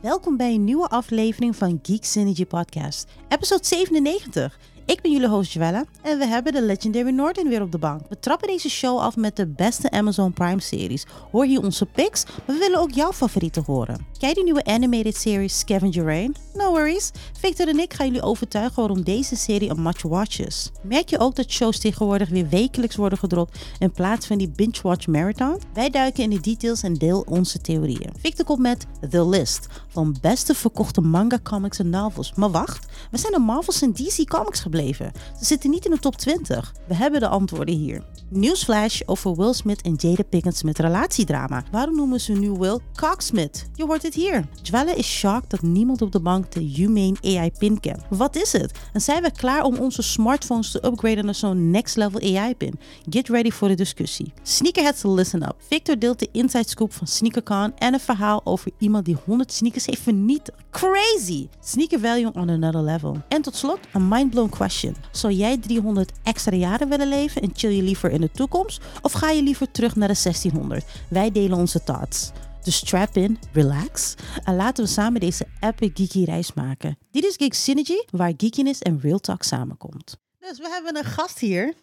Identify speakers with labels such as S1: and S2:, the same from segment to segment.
S1: Welkom bij een nieuwe aflevering van Geek Synergy Podcast, episode 97. Ik ben jullie host Joella en we hebben de Legendary Northern weer op de bank. We trappen deze show af met de beste Amazon Prime series. Hoor hier onze picks, maar we willen ook jouw favorieten horen. Kijk die nieuwe animated serie Scavenger Rain? No worries, Victor en ik gaan jullie overtuigen waarom deze serie een must-watch is. Merk je ook dat shows tegenwoordig weer wekelijks worden gedropt in plaats van die binge-watch marathon? Wij duiken in de details en deel onze theorieën. Victor komt met The List van beste verkochte manga, comics en novels. Maar wacht, we zijn de Marvels en DC Comics gebleven. Ze zitten niet in de top 20. We hebben de antwoorden hier. Nieuwsflash over Will Smith en Jada Pinkett met relatiedrama. Waarom noemen ze nu Will Cocksmith? Je hoort het hier. Jwelle is shocked dat niemand op de bank de Humane AI pin kent. Wat is het? En zijn we klaar om onze smartphones te upgraden naar zo'n next level AI pin? Get ready voor de discussie. Sneakerheads listen up. Victor deelt de inside scoop van SneakerCon en een verhaal over iemand die 100 sneakers heeft vernietigd. Crazy! Sneaker value on another level. En tot slot een mindblown question. Zou jij 300 extra jaren willen leven en chill je liever in de toekomst? Of ga je liever terug naar de 1600? Wij delen onze thoughts. Dus strap in, relax en laten we samen deze epic geeky reis maken. Dit is Geek Synergy, waar geekiness en real talk samenkomt. Dus we hebben een gast hier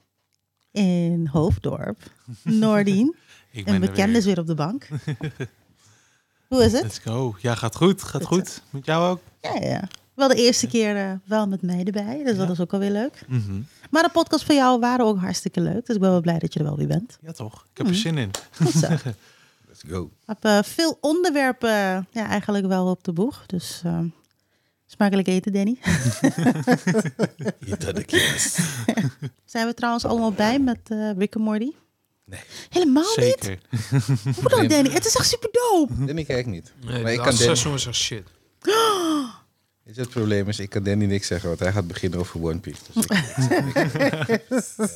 S1: in Hoofddorp, Noordien.
S2: Ik
S1: Een
S2: ben er
S1: bekende is
S2: weer.
S1: weer op de bank. Hoe is het?
S2: Let's go. Ja, gaat goed. Gaat goed. Met jou ook?
S1: Ja, ja. Wel de eerste keer eh, wel met mij erbij, dus dat is ook alweer leuk.
S2: Mhm.
S1: Maar de podcast van jou waren ook harstikke leuk, dus ik ben wel blij dat je er wel weer bent.
S2: Ja, toch? Ik heb
S1: Mhm.
S2: er zin in.
S1: Goed zo.
S3: Let's go.
S1: Ik heb eh, veel onderwerpen eh, ja, eigenlijk wel op de boeg, dus ehm, smakelijk eten Danny.
S3: Itadakimasu.
S1: Zijn we trouwens allemaal bij met eh Rick en Morty?
S3: Nee.
S1: Helemaal niet?
S2: Zeker.
S1: Hoe dan Danny? Het is echt super dope.
S3: Nee, ik kijk niet.
S4: Nee,
S3: maar
S4: de
S3: ik kan
S4: laatste
S3: Danny,
S4: seizoen is echt shit.
S3: Weet je, het probleem is, ik kan Danny niks zeggen, want hij gaat beginnen over One Piece. Dus ik kan niks zeggen. Ja.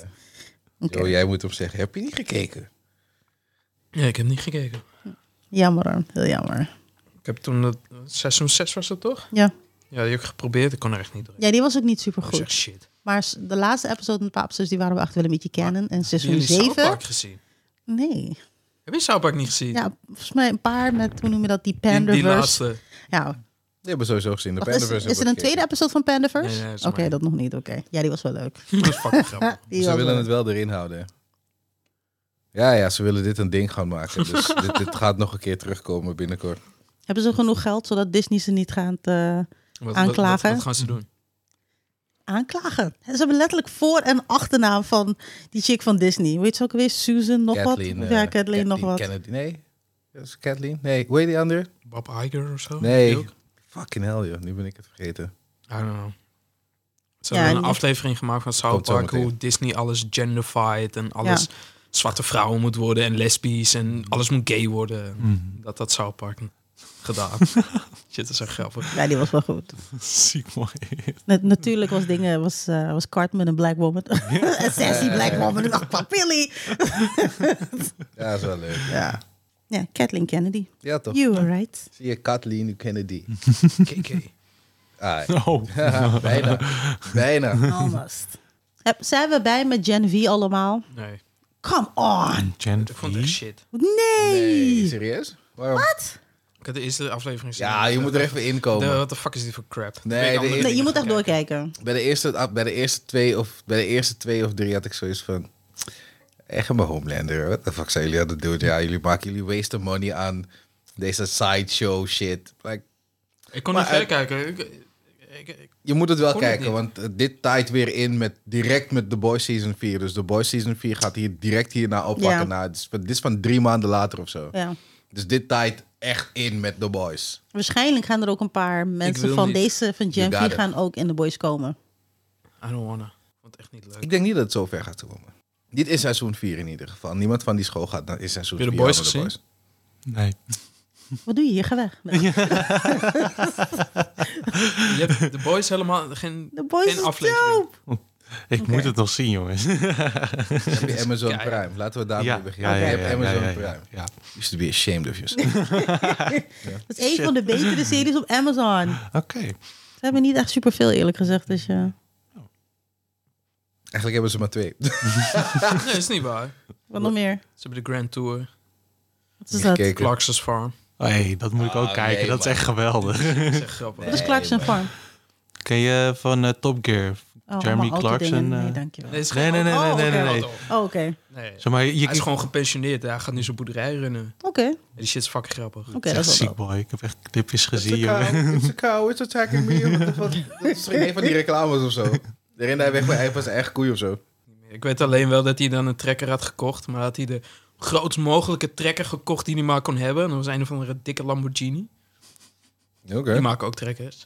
S1: Oké.
S3: Yo, jij moet hem zeggen, heb je niet gekeken?
S4: Ja, ik heb niet gekeken.
S1: Jammer hoor, heel jammer.
S4: Ik heb toen dat seizoen 6 was het toch?
S1: Ja.
S4: Ja, die heb ik geprobeerd. Ik kon er echt niet doorheen.
S1: ja, die was ook niet super
S4: Dat is echt
S1: goed.
S4: shit.
S1: Maar s- de laatste episode met Paapsters, die waren we echt wel een beetje kennen. En
S4: Hebben
S1: seizoen
S4: jullie South
S1: 7.
S4: Park gezien?
S1: Nee.
S4: Heb je South Park niet gezien?
S1: Ja, volgens mij een paar met, hoe noem je dat, die
S4: die, die
S1: Pandaverse.
S4: laatste.
S1: Ja,
S3: Die hebben we sowieso gezien. De
S1: wacht, is,
S3: Pandaverse
S1: is er
S3: hebben
S1: een
S3: we
S1: tweede
S3: gekeken.
S1: episode van Pandaverse?
S4: Nee, nee, dat is
S1: Oké,
S4: maar-
S1: dat nog niet, oké. Ja, die was wel leuk.
S4: Dat is fucking grappig.
S1: Die
S3: Dus Ze
S1: was
S3: willen
S1: wel
S3: het
S1: leuk.
S3: wel erin houden. Ja, ja, ze willen dit een ding gaan maken. Dus dit, dit gaat nog een keer terugkomen binnenkort.
S1: Hebben ze genoeg geld, zodat Disney ze niet gaat eh,
S4: Wat, Wat,
S1: Aanklagen.
S4: wat, gaan ze doen?
S1: aanklagen? Ze hebben letterlijk voor- en achternaam van die chick van Disney. Weet je ook weer? Susan, nog
S3: Kathleen,
S1: wat?
S3: eh,
S1: ja, Kathleen, nog wat.
S3: Kennedy. Nee, dat is Kathleen. Nee, hoe heet die ander?
S4: Bob Iger of
S1: Oh,
S4: zo? Die
S3: Nee.
S4: ook?
S3: Fucking hell, joh. Nu ben ik het vergeten.
S4: I don't know. Ze
S1: Ja,
S4: hebben
S1: die-
S4: een aflevering gemaakt van South
S3: Komt zo
S4: Park.
S3: meteen.
S4: Hoe Disney alles genderfied en alles zwarte vrouwen moet worden. En lesbisch en alles moet gay worden. Dat had South Park gedaan. shit, dat is echt grappig.
S1: Ja, die was wel goed.
S2: Ziek mooi.
S1: Na- natuurlijk was dingen, was, eh, was Cartman een black woman. een sassy black woman. Ach, papilly.
S3: Ja, dat is wel leuk.
S1: Ja. ja, Kathleen Kennedy.
S3: Ja, toch?
S1: You are right.
S3: Zie je Kathleen Kennedy?
S4: KK.
S3: Ah,
S2: Oh.
S3: ja, bijna. Bijna.
S1: Almost. Heb- Zijn we bij met Gen V allemaal?
S4: Nee,
S1: Come on.
S2: Gen
S4: ik vond het echt shit.
S1: Nee.
S3: Nee, serieus? Waarom?
S4: Ik had de eerste aflevering gezien.
S3: Ja, je moet er even
S4: De,
S3: inkomen.
S4: what the fuck is dit voor crap?
S3: Nee,
S4: Ben ik
S3: de
S4: andere
S3: eerste-
S1: Nee, je
S4: dingen
S1: moet
S4: gaan
S1: echt
S4: kijken.
S1: doorkijken.
S3: Bij de eerste, ah, bij de eerste, twee, of, bij de eerste twee of drie had ik zoiets van... Echt mijn Homelander, wat de fuck zijn jullie aan het doen? Ja, jullie maken jullie waste of money aan deze sideshow shit. Like,
S4: Ik kon
S3: Maar
S4: niet verder kijken. Ik, ik, ik-
S3: je moet het wel
S4: Kon het
S3: kijken,
S4: niet.
S3: want eh, dit taait weer in met direct met The Boys Season 4. Dus The Boys Season 4 gaat hier direct hierna oppakken.
S1: Ja.
S3: Na, dit, is van, dit is van drie maanden later of zo.
S1: Ja.
S3: Dus dit taait echt in met The Boys.
S1: Waarschijnlijk gaan er ook een paar mensen
S4: wil
S1: van
S4: niet.
S1: deze, van Gen
S3: You got
S1: V,
S3: it.
S1: gaan ook in de boys komen.
S4: I don't wanna. Ik vond het echt niet leuk.
S3: Ik denk niet dat het zo ver gaat komen. Dit is seizoen 4 in ieder geval. Niemand van die school gaat naar is seizoen
S4: Heb
S3: 4.
S4: je de boys gezien?
S2: Nee.
S1: Wat doe je hier? Ga weg.
S4: Je hebt de boys helemaal geen,
S1: De boys
S4: geen
S1: is
S4: aflevering.
S1: dope.
S2: Ik moet het nog zien, jongens. Ja,
S3: Heb je Amazon
S4: Kijk.
S3: Prime? Laten we daarmee beginnen. Je hebt Amazon Prime.
S2: ja.
S3: You used to be ashamed of yourself.
S1: Dat is een van de betere series op Amazon.
S2: Oké.
S1: Ze hebben niet echt superveel eerlijk gezegd, dus ja.
S3: Eigenlijk hebben ze maar twee.
S4: Nee, is niet waar.
S1: Wat nog meer?
S4: Ze hebben de Grand Tour.
S1: Wat is dat?
S3: Gekeken.
S4: Clarkson's Farm.
S2: hey, dat moet ik ook
S3: Ah,
S2: kijken.
S3: nee,
S2: dat is
S3: man.
S2: echt geweldig.
S4: Dat is echt grappig.
S1: Dat is
S3: Nee,
S1: Clarkson
S3: maar-
S1: Farm.
S2: Ken je van eh, Top Gear?
S1: Oh,
S2: Jeremy
S1: allemaal auto
S2: Clarkson,
S1: dingen. Nee,
S2: eh,
S1: dankjewel.
S4: Nee, het is
S2: Nee, nee, nee,
S1: nee,
S4: oh,
S1: nee,
S4: oké,
S1: nee, nee.
S4: wat dan?
S1: Oh, oké.
S4: Nee.
S2: Zeg maar, je
S4: Hij is gewoon gepensioneerd. Hij gaat nu zijn boerderij runnen.
S1: Oké,
S4: Die shit is fucking grappig.
S1: oké, dat is wel
S2: ziek boy. Ik heb echt clipjes
S3: It's a
S2: gezien, joh.
S3: cow, It's a cow, it's attacking me. Wat- wat- Dat is toch een van die reclames of zo. De rende hij weg bij hij van zijn eigen koeien of zo.
S4: Ik weet alleen wel dat hij dan een trekker had gekocht. Maar had hij de grootst mogelijke trekker gekocht die hij maar kon hebben. Dat was een of andere dikke Lamborghini.
S3: Oké.
S4: Die maken ook trekkers.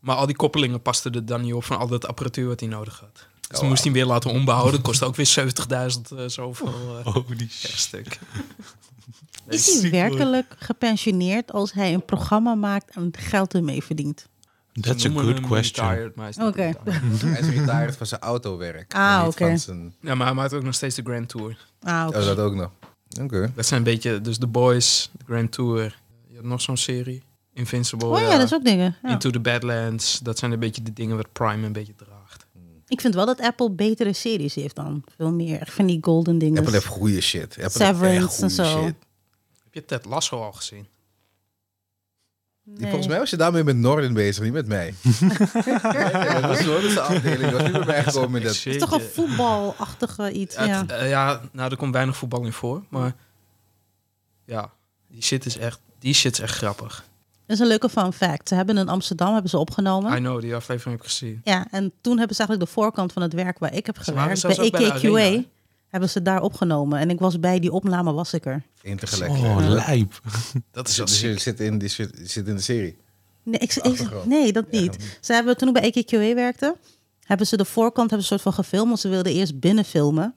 S4: Maar al die koppelingen pasten er dan niet op van al dat apparatuur wat hij nodig had. Dus
S2: Oh,
S4: dan
S3: wauw.
S4: moest hij hem weer laten ombouwen. Dat kostte ook weer 70.000 eh, zoveel eh
S2: Holy
S4: per
S2: Oh, shit.
S4: stuk.
S1: Is hij werkelijk gepensioneerd als hij een programma maakt en geld ermee verdient?
S2: That's
S4: Ze
S2: a
S4: noemen
S2: good
S4: Dus
S1: eh,
S4: hem
S2: question.
S4: retired, maar hij is niet
S1: Oké.
S4: retired.
S3: Hij is retired van zijn autowerk.
S1: Ah,
S3: en niet
S1: oké.
S3: van zijn-
S4: Ja, maar hij maakt ook nog steeds de Grand Tour.
S1: Ah, oké.
S3: Oh, dat ook nog. Oké.
S4: Dat zijn een beetje, dus The Boys, The Grand Tour. Je had nog zo'n serie, Invincible.
S1: Oh ja,
S4: ja.
S1: dat is ook dingen. Ja.
S4: Into the Badlands. Dat zijn een beetje de dingen wat Prime een beetje draagt.
S1: Ik vind wel dat Apple betere series heeft dan. Veel meer echt van die golden dingen.
S3: Apple heeft goede shit. Apple heeft
S1: Dus Severance
S3: echt goede
S1: en zo.
S3: shit.
S4: Heb je Ted Lasso al gezien?
S1: Nee.
S3: Die, Volgens mij was je daarmee met Norden bezig, niet met mij. Ja, dat is wel dus de afdeling. Dat was niet bij mij gekomen. in Dat...
S1: Het is toch een voetbalachtige iets.
S4: Ja,
S1: Ja.
S4: het- eh, ja, nou, er komt weinig voetbal in voor. Maar ja, die shit is echt, die shit is echt grappig.
S1: Dat is een leuke fun fact. Ze hebben in Amsterdam hebben ze
S4: I
S1: opgenomen.
S4: know, die aflevering heb ik gezien.
S1: Ja, en toen hebben ze eigenlijk de voorkant van het werk waar ik heb
S4: Ze waren
S1: gewerkt, bij
S4: zelfs ook bij de
S1: EKQA,
S4: arena, hè?
S1: hebben ze daar opgenomen. En ik was bij die opname, was ik er.
S3: Eén tegelijk.
S2: Oh,
S3: Ja.
S2: lijp.
S4: Dat
S3: Die
S4: is
S3: zit-
S4: wel
S3: die
S4: ziek.
S3: zit- zit in- die zit- die zit in de serie.
S1: Nee, ik, ik-
S3: achtergrond.
S1: nee dat niet. Ze hebben, toen ik bij EKQA werkte, hebben ze de voorkant hebben ze een soort van gefilmd. Want ze wilden eerst binnen filmen.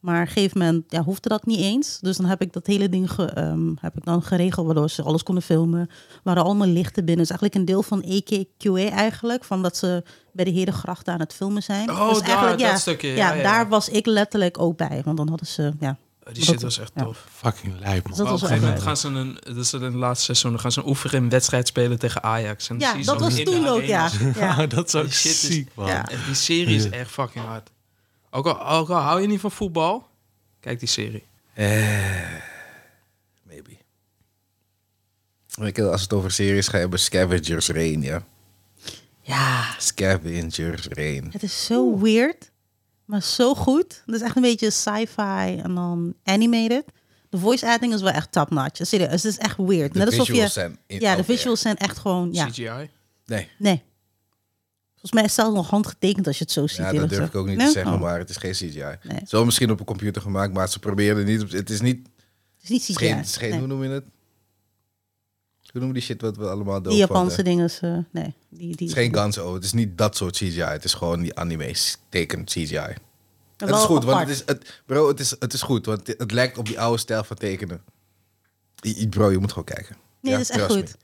S1: Maar op een gegeven moment ja, hoefde dat niet eens. Dus dan heb ik dat hele ding ge- ehm, heb ik dan geregeld, waardoor ze alles konden filmen. Er waren allemaal lichten binnen. Het is eigenlijk een deel van EKQA eigenlijk. Van dat ze bij de Herengracht aan het filmen zijn.
S4: Oh,
S1: dus
S4: daar,
S1: eigenlijk, ja,
S4: dat stukje. Ja,
S1: ja,
S4: ja, ja.
S1: daar was ik letterlijk ook bij. Want dan hadden ze, ja.
S4: Die shit was echt tof.
S2: Fucking lijp, man.
S1: Dat
S4: Maar
S1: was
S4: op een
S1: wel leuk.
S4: gegeven moment gaan ze een, dat is in het laatste seizoen, dan gaan ze een oefenwedstrijd spelen tegen Ajax. En dan zie
S1: Ja,
S4: je
S1: dat
S4: zo'n
S1: was
S4: in de
S1: toen ook, ja.
S4: arena.
S1: ja.
S2: dat is ook
S4: Die shit is-
S2: ziek, man.
S1: ja.
S4: En die serie is echt fucking hard. Ook al, ook al hou je niet van voetbal, kijk die serie.
S3: Maybe. Ik, eh, als we het over series gaan hebben, Scavengers Rain, ja.
S1: Ja,
S3: Scavengers Rain.
S1: Het is zo weird, maar zo goed. Het is echt een beetje sci-fi en dan animated. De voice acting is wel echt top-notch. Serieus, het is echt weird.
S3: De
S1: Net alsof je,
S3: visuals zijn in-
S1: ja, de
S3: oké.
S1: visuals zijn echt gewoon... Ja,
S4: CGI.
S3: Nee,
S1: nee. Volgens mij is het zelfs nog handgetekend als je het zo ziet.
S3: ja,
S1: eerlijk
S3: dat durf ik
S1: gezegd.
S3: ook niet
S1: Nee?
S3: te zeggen,
S1: Oh,
S3: maar het is geen CGI.
S1: Nee.
S3: Het is wel misschien op een computer gemaakt, maar ze proberen niet... op- Het is niet...
S1: Het is niet CGI.
S3: Het is geen, het is geen-
S1: nee.
S3: Hoe noem je het? Hoe noem je die shit wat we allemaal dood
S1: Die Japanse
S3: Het
S1: dingen, is, eh, nee. Die, die,
S3: is geen Guns O. Het is niet dat soort CGI. Het is gewoon die anime teken CGI.
S1: Wel
S3: het is goed, want
S1: apart.
S3: het is, het, bro, het is, het is goed, want het, het lijkt op die oude stijl van tekenen. I- I- Bro, je moet gewoon kijken.
S1: Nee,
S3: Ja,
S1: dat is echt
S3: trust
S1: goed.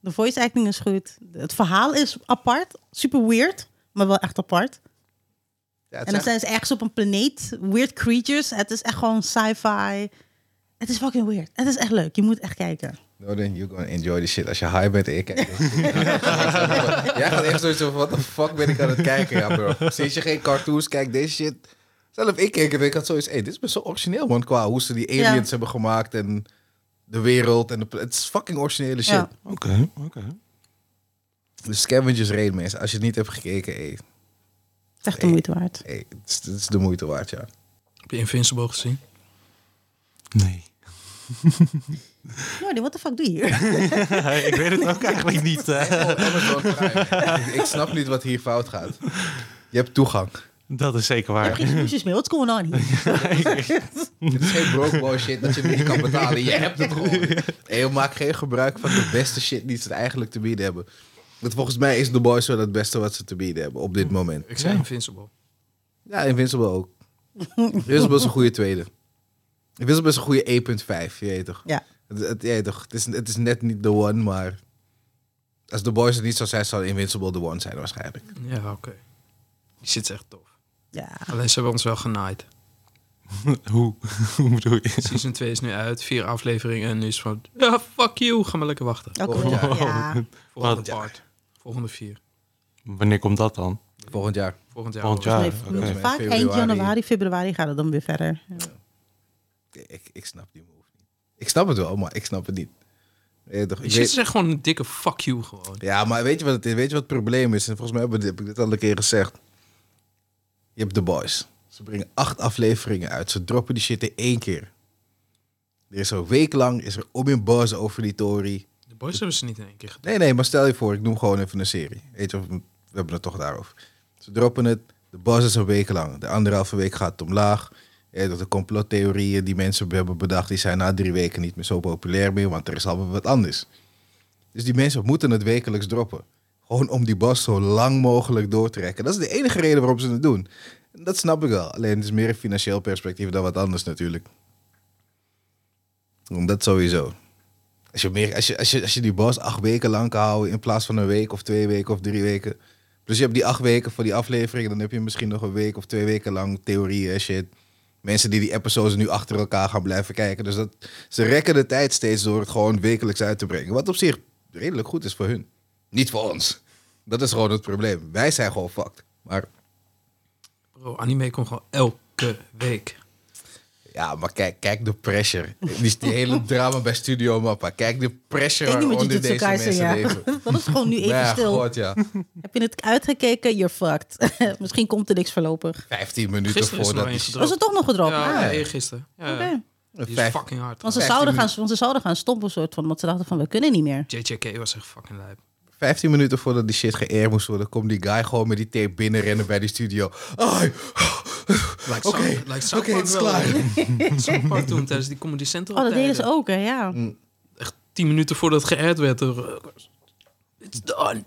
S1: De voice acting is goed. Het verhaal is apart. Super weird, maar wel echt apart.
S3: me. Ja,
S1: En
S3: het is
S1: dan
S3: echt-
S1: zijn ze ergens op een planeet. Weird creatures. Het is echt gewoon sci-fi. Het is fucking weird. Het is echt leuk. Je moet echt kijken.
S3: Northern, you're gonna enjoy the shit. Als je high bent en ik kijk. Jij gaat echt zoiets van, what the fuck ben ik aan het kijken, ja bro. Sinds je geen cartoons kijkt, deze shit. Zelf ik keek het en ik had zoiets, hey, dit is best wel origineel man. Qua hoe ze die aliens
S1: Ja.
S3: hebben gemaakt en de wereld. En de, pla- het is fucking originele shit.
S1: Ja.
S2: Oké, oké.
S3: De Scavengers Raid, mensen. Als je het niet hebt gekeken, hey,
S1: Het is echt de moeite waard.
S3: hey, het, is, het is de moeite waard, ja.
S4: Heb je Invincible gezien?
S2: Nee.
S1: Jordi, what the fuck doe je hier?
S2: ik weet het ook eigenlijk niet. eh.
S3: Amazon Prime. Ik- ik snap niet wat hier fout gaat. Je hebt toegang.
S2: Dat is zeker
S1: Ik heb
S2: waar.
S1: geen smoesjes meer. What's going on here?
S3: Het is geen broke boy shit dat je niet kan betalen. Je hebt het gewoon. En je maakt geen gebruik van de beste shit die ze eigenlijk te bieden hebben. Want volgens mij is The Boys wel het beste wat ze te bieden hebben op dit moment.
S4: Ik zei Invincible.
S3: Ja, Invincible ook. Invincible is een goede tweede. Invincible is een goede 1.5, je weet toch?
S1: Ja.
S3: Het, het, je weet toch? Het, is, het is net niet de one, maar... Als The Boys het niet zou zijn, zou Invincible de one zijn waarschijnlijk.
S4: Ja, oké. Die shit is echt tof.
S1: Ja.
S4: Alleen ze hebben ons wel genaaid.
S2: Hoe? Hoe bedoel je?
S4: Season 2 is nu uit, vier afleveringen en nu is van... Ja, fuck you, ga maar lekker wachten.
S1: Oké.
S3: Volgend jaar.
S1: Ja.
S4: Volgende
S3: Wat?
S4: part. Volgende vier.
S2: Wanneer komt dat dan?
S3: Volgend jaar.
S4: Volgend jaar.
S2: Volgend
S4: alweer.
S2: jaar.
S1: Nee,
S2: oké.
S1: Vaak eind
S3: Februari.
S1: januari, februari gaat het dan weer verder. Ja.
S3: Ik, ik snap die move niet. Ik snap het wel, maar ik snap het niet. Ja, toch, ik
S4: Die
S3: weet-
S4: shit is echt gewoon een dikke fuck you gewoon.
S3: ja, maar weet je, wat het, is? weet je wat het probleem is? En volgens mij heb ik dit- heb ik dit al een keer gezegd. Je hebt The Boys. Ze brengen acht afleveringen uit. Ze droppen die shit in één keer. Er is een week lang is er om in buzz over die Tory.
S4: De boys hebben ze niet in één keer gedaan.
S3: Nee, nee, maar stel je voor, ik noem gewoon even een serie. Weet je, we hebben het toch daarover. Ze droppen het, de buzz is een week lang. De anderhalve week gaat het omlaag. Ja, dat de complottheorieën die mensen hebben bedacht, die zijn na drie weken niet meer zo populair meer, want er is alweer wat anders. Dus die mensen moeten het wekelijks droppen. Gewoon om die buzz zo lang mogelijk door te trekken. Dat is de enige reden waarom ze het doen. En Dat snap ik wel. Alleen het is meer een financieel perspectief dan wat anders natuurlijk. Dat sowieso. Als je, meer, als, je, als, je, als je die bas acht weken lang kan houden in plaats van een week of twee weken of drie weken. Dus je hebt die acht weken voor die aflevering. Dan heb je misschien nog een week of twee weken lang theorieën en shit. Mensen die die episodes nu achter elkaar gaan blijven kijken. Dus dat, ze rekken de tijd steeds door het gewoon wekelijks uit te brengen. Wat op zich redelijk goed is voor hun. Niet voor ons. Dat is gewoon het probleem. Wij zijn gewoon fucked. Maar
S4: Bro, anime komt gewoon elke week.
S3: ja, maar kijk, kijk de pressure. Die, die hele drama bij Studio Mappa. Kijk de pressure
S1: Ik denk niet met
S3: waaronder
S1: Jujutsu
S3: deze
S1: Kaisen,
S3: mensen
S1: ja.
S3: leven.
S1: Dat is gewoon nu even
S3: Ja,
S1: stil.
S3: god, ja.
S1: Heb je het uitgekeken? You're fucked. Misschien komt er niks voorlopig.
S3: 15 minuten
S4: Gisteren is er nog
S3: voordat
S4: één
S3: die...
S1: Was
S4: gedropt.
S1: het toch nog gedropt?
S4: Ja,
S1: Ah,
S4: ja,
S3: Ah.
S4: eergisteren. Ja, ja.
S1: oké.
S4: Die is
S3: Vijf-
S4: fucking hard.
S1: Want ze,
S3: 15
S1: zouden gaan,
S3: minuten.
S1: want ze zouden gaan stoppen, soort van. Want ze dachten van, we kunnen niet meer.
S4: JJK was echt fucking lijp.
S3: 15 minuten voordat die shit geëerd moest worden, komt die guy gewoon met die tape binnenrennen bij die studio. Ai,
S4: Lijkt
S3: Oké,
S4: South- lijkt South
S3: oké,
S4: Park
S3: het is
S4: wel. South Park toen tijdens die Comedy Central.
S1: Oh, dat deden
S4: tijden.
S1: ze ook, hè? Ja.
S4: Mm. Echt tien minuten voordat het geëerd werd. er, eh, It's done.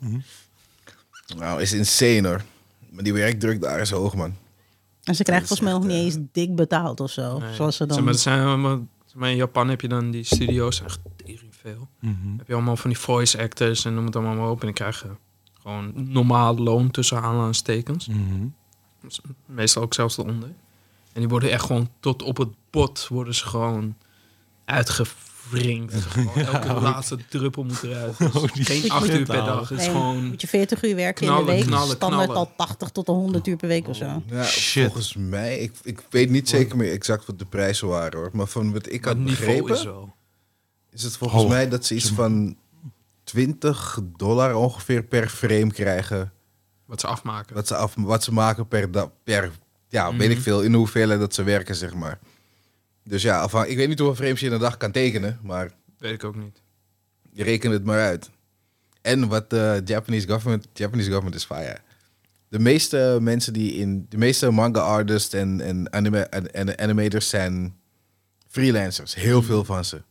S3: nou, is insane hoor. Maar die werkdruk daar is hoog, man.
S1: En ze krijgen
S3: Dat
S1: volgens
S3: is
S1: mij nog
S3: echt,
S1: niet eens dik betaald of zo.
S4: Nee.
S1: Zoals ze
S4: eh, Zeg
S1: dan...
S4: maar, dat zijn, maar, zeg maar in Japan heb je dan die studio's. Echt tering veel.
S2: Mhm.
S4: heb je allemaal van die voice actors en noem het allemaal maar op. En dan krijg je gewoon normaal loon tussen aanhalingstekens.
S2: Mhm.
S4: Meestal ook zelfs eronder. En die worden echt gewoon tot op het bot worden ze gewoon uitgevringd. Gewoon elke laatste druppel moet eruit. Dus
S2: Oh, die
S4: geen
S2: shit.
S4: acht uur per
S2: Nou.
S4: dag. Het is
S1: Nee,
S4: gewoon...
S1: Moet je 40 uur werken in
S4: Knallen,
S1: de week.
S4: knallen,
S1: standaard
S4: knallen.
S1: al 80 tot 100 uur per week of
S4: Mm.
S1: zo.
S3: Ja,
S2: Shit.
S3: Volgens mij, ik, ik weet niet zeker meer exact wat de prijzen waren hoor. Maar van wat ik
S4: het
S3: had
S4: niveau
S3: begrepen,
S4: is
S3: is,
S4: wel.
S3: het volgens
S2: Oh.
S3: mij dat ze iets van 20 dollar ongeveer per frame krijgen.
S4: Wat ze afmaken.
S3: Wat ze, af, wat ze maken per dag, per, ja,
S4: Mhm.
S3: weet ik veel, in de hoeveelheid dat ze werken, zeg maar. Dus ja, afhan- ik weet niet hoeveel frames je in een dag kan tekenen, maar
S4: Weet ik ook niet.
S3: Je rekent het maar uit. En wat de Japanese government, Japanese government is fire. De meeste mensen die in, de meeste manga artists en, en, anime, en, en animators zijn freelancers. Heel veel van ze.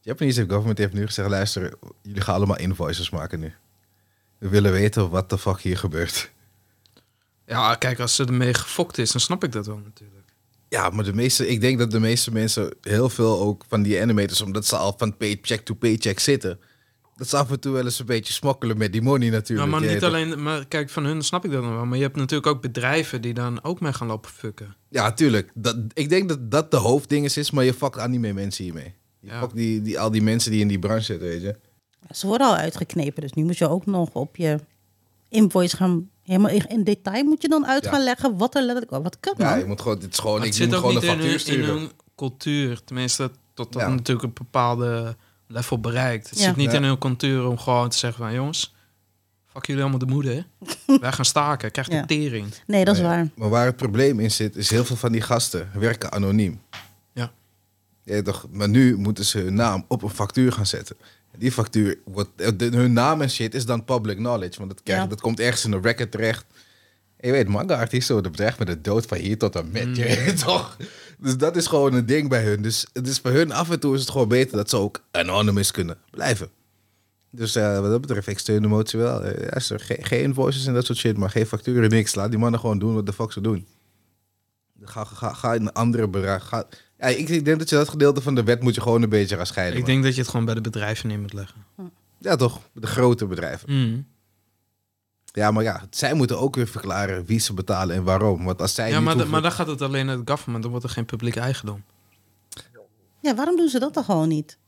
S3: Japanese government heeft nu gezegd, luister, jullie gaan allemaal invoices maken nu. We willen weten wat de fuck hier gebeurt.
S4: Ja, kijk, als ze ermee gefokt is, dan snap ik dat wel natuurlijk.
S3: Ja, maar de meeste, ik denk dat de meeste mensen heel veel ook van die animators, omdat ze al van paycheck to paycheck zitten, dat ze af en toe wel eens een beetje smokkelen met die money
S4: Ja,
S3: natuurlijk.
S4: maar
S3: Je
S4: niet
S3: weet toch?
S4: alleen... Maar kijk, van hun snap ik dat nog wel. Maar je hebt natuurlijk ook bedrijven die dan ook mee gaan lopen fucken.
S3: Ja, tuurlijk. Dat, ik denk dat dat de hoofddinges is, maar je fuckt anime mensen hiermee. Je
S4: Ja.
S3: fuckt die, die, al die mensen die in die branche zitten, weet je.
S1: Ze worden al uitgeknepen, dus nu moet je ook nog op je invoice gaan... Helemaal in- in detail moet je dan uit
S3: Ja.
S1: gaan leggen wat er letterlijk... oh, wat kan
S3: Ja,
S1: man?
S3: je moet gewoon, het is gewoon,
S4: Maar
S3: ik
S4: het
S3: moet
S4: zit ook
S3: gewoon een
S4: niet in
S3: factuur
S4: hun, in
S3: sturen.
S4: hun cultuur. Tenminste, tot dat
S3: Ja.
S4: natuurlijk een bepaalde level bereikt. Het
S1: Ja.
S4: zit niet
S3: Ja.
S4: in hun cultuur om gewoon te zeggen van... jongens, fuck jullie allemaal de moeder. Wij gaan staken, krijg de
S1: Ja.
S4: tering.
S1: Nee, dat is
S3: Nee.
S1: waar.
S3: Maar waar het probleem in zit, is heel veel van die gasten werken anoniem.
S4: Ja.
S3: Je weet toch, maar nu moeten ze hun naam op een factuur gaan zetten. Die factuur, wordt, eh, de- hun naam en shit is dan public knowledge. Want dat, krijg,
S1: Ja.
S3: dat komt ergens in een record terecht. En je weet, manga-artiesten worden bedreigd met de dood van hier tot en met. Je weet toch? Dus dat is gewoon een ding bij hun. Dus het is voor hun af en toe is het gewoon beter dat ze ook anonymous kunnen blijven. Dus eh, wat dat betreft, ik steun de motie wel. Eh, luister, ge- geen voices en dat soort shit, maar geen facturen, niks. Laat die mannen gewoon doen wat de fuck ze doen. Ga, ga, ga in een andere bedrag. Ga... Ja, ik, ik denk dat je dat gedeelte van de wet moet je gewoon een beetje gaan scheiden.
S4: Ik
S3: man.
S4: denk dat je het gewoon bij de bedrijven neer moet leggen.
S3: Ja, toch? De grote bedrijven.
S1: Mm.
S3: Ja, maar ja, zij moeten ook weer verklaren wie ze betalen en waarom. Want als zij
S4: Ja,
S3: niet
S4: maar, da-
S3: hoeven-
S4: maar dan gaat het alleen naar het government. Dan wordt er geen publiek eigendom.
S1: Ja, waarom doen ze dat dan gewoon niet?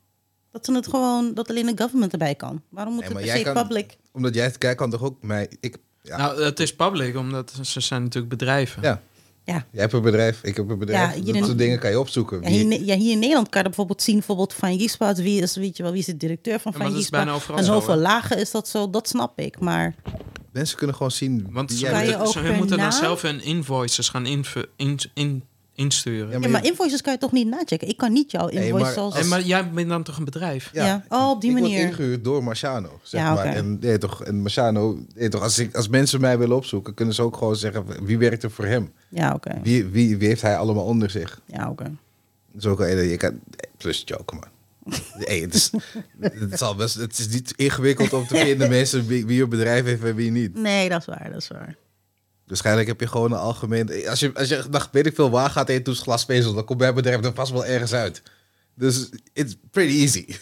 S1: Dat ze het gewoon, dat alleen de government erbij kan. Waarom moet
S3: Nee,
S1: het
S3: maar
S1: per
S3: jij
S1: se
S3: kan-
S1: public?
S3: Omdat jij het kijkt, kan toch ook mij... Ik, ja.
S4: Nou, het is public, omdat ze zijn natuurlijk bedrijven.
S3: Ja.
S1: Ja.
S3: Jij hebt een bedrijf, ik heb een bedrijf.
S1: Ja, je
S3: dat
S1: doet-
S3: soort dingen kan je opzoeken.
S1: Ja,
S3: Wie-
S1: hier, in- ja, hier in Nederland kan je bijvoorbeeld zien, bijvoorbeeld van Giespa, wie is, weet je wel, wie is de directeur van
S4: Ja,
S1: Van
S4: maar dat is
S1: Giespa.
S4: bijna overal
S1: En
S4: zo,
S1: hoeveel
S4: hè?
S1: lagen is dat zo, dat snap ik. Maar
S3: Mensen kunnen gewoon zien.
S4: Want
S3: wie
S4: ze
S3: jij
S1: Kan
S3: bent.
S1: je
S4: moeten,
S1: ook
S4: ze
S1: hun
S4: moeten dan
S1: naam?
S4: zelf hun invoices gaan inv- in, in, insturen.
S3: Ja,
S1: ja, maar invoices kan je toch niet nachecken? Ik kan niet jouw
S3: Nee,
S1: invoice
S3: maar
S1: zoals...
S4: En, maar jij bent dan toch een bedrijf?
S1: ja. Oh, op die
S3: ik
S1: manier.
S3: word ingehuurd door Marciano, zeg
S1: Ja, oké.
S3: maar. En, nee, toch, en Marciano, nee, toch, als, ik, als mensen mij willen opzoeken, kunnen ze ook gewoon zeggen wie werkt er voor hem?
S1: Ja, oké.
S3: Wie, wie, wie heeft hij allemaal onder zich?
S1: Ja, oké.
S3: Zo kan je, je kan, plus joke, man. Hey, het, is, het, zal best, het is niet ingewikkeld om te vinden mensen wie, wie een bedrijf heeft en wie niet.
S1: Nee, dat is waar, dat is waar.
S3: Dus Waarschijnlijk heb je gewoon een algemeen... Als je, als je dacht, weet ik veel, waar gaat eten toets glasvezel? Dan komt bij een bedrijf dan vast wel ergens uit. Dus it's pretty easy.
S1: Ja,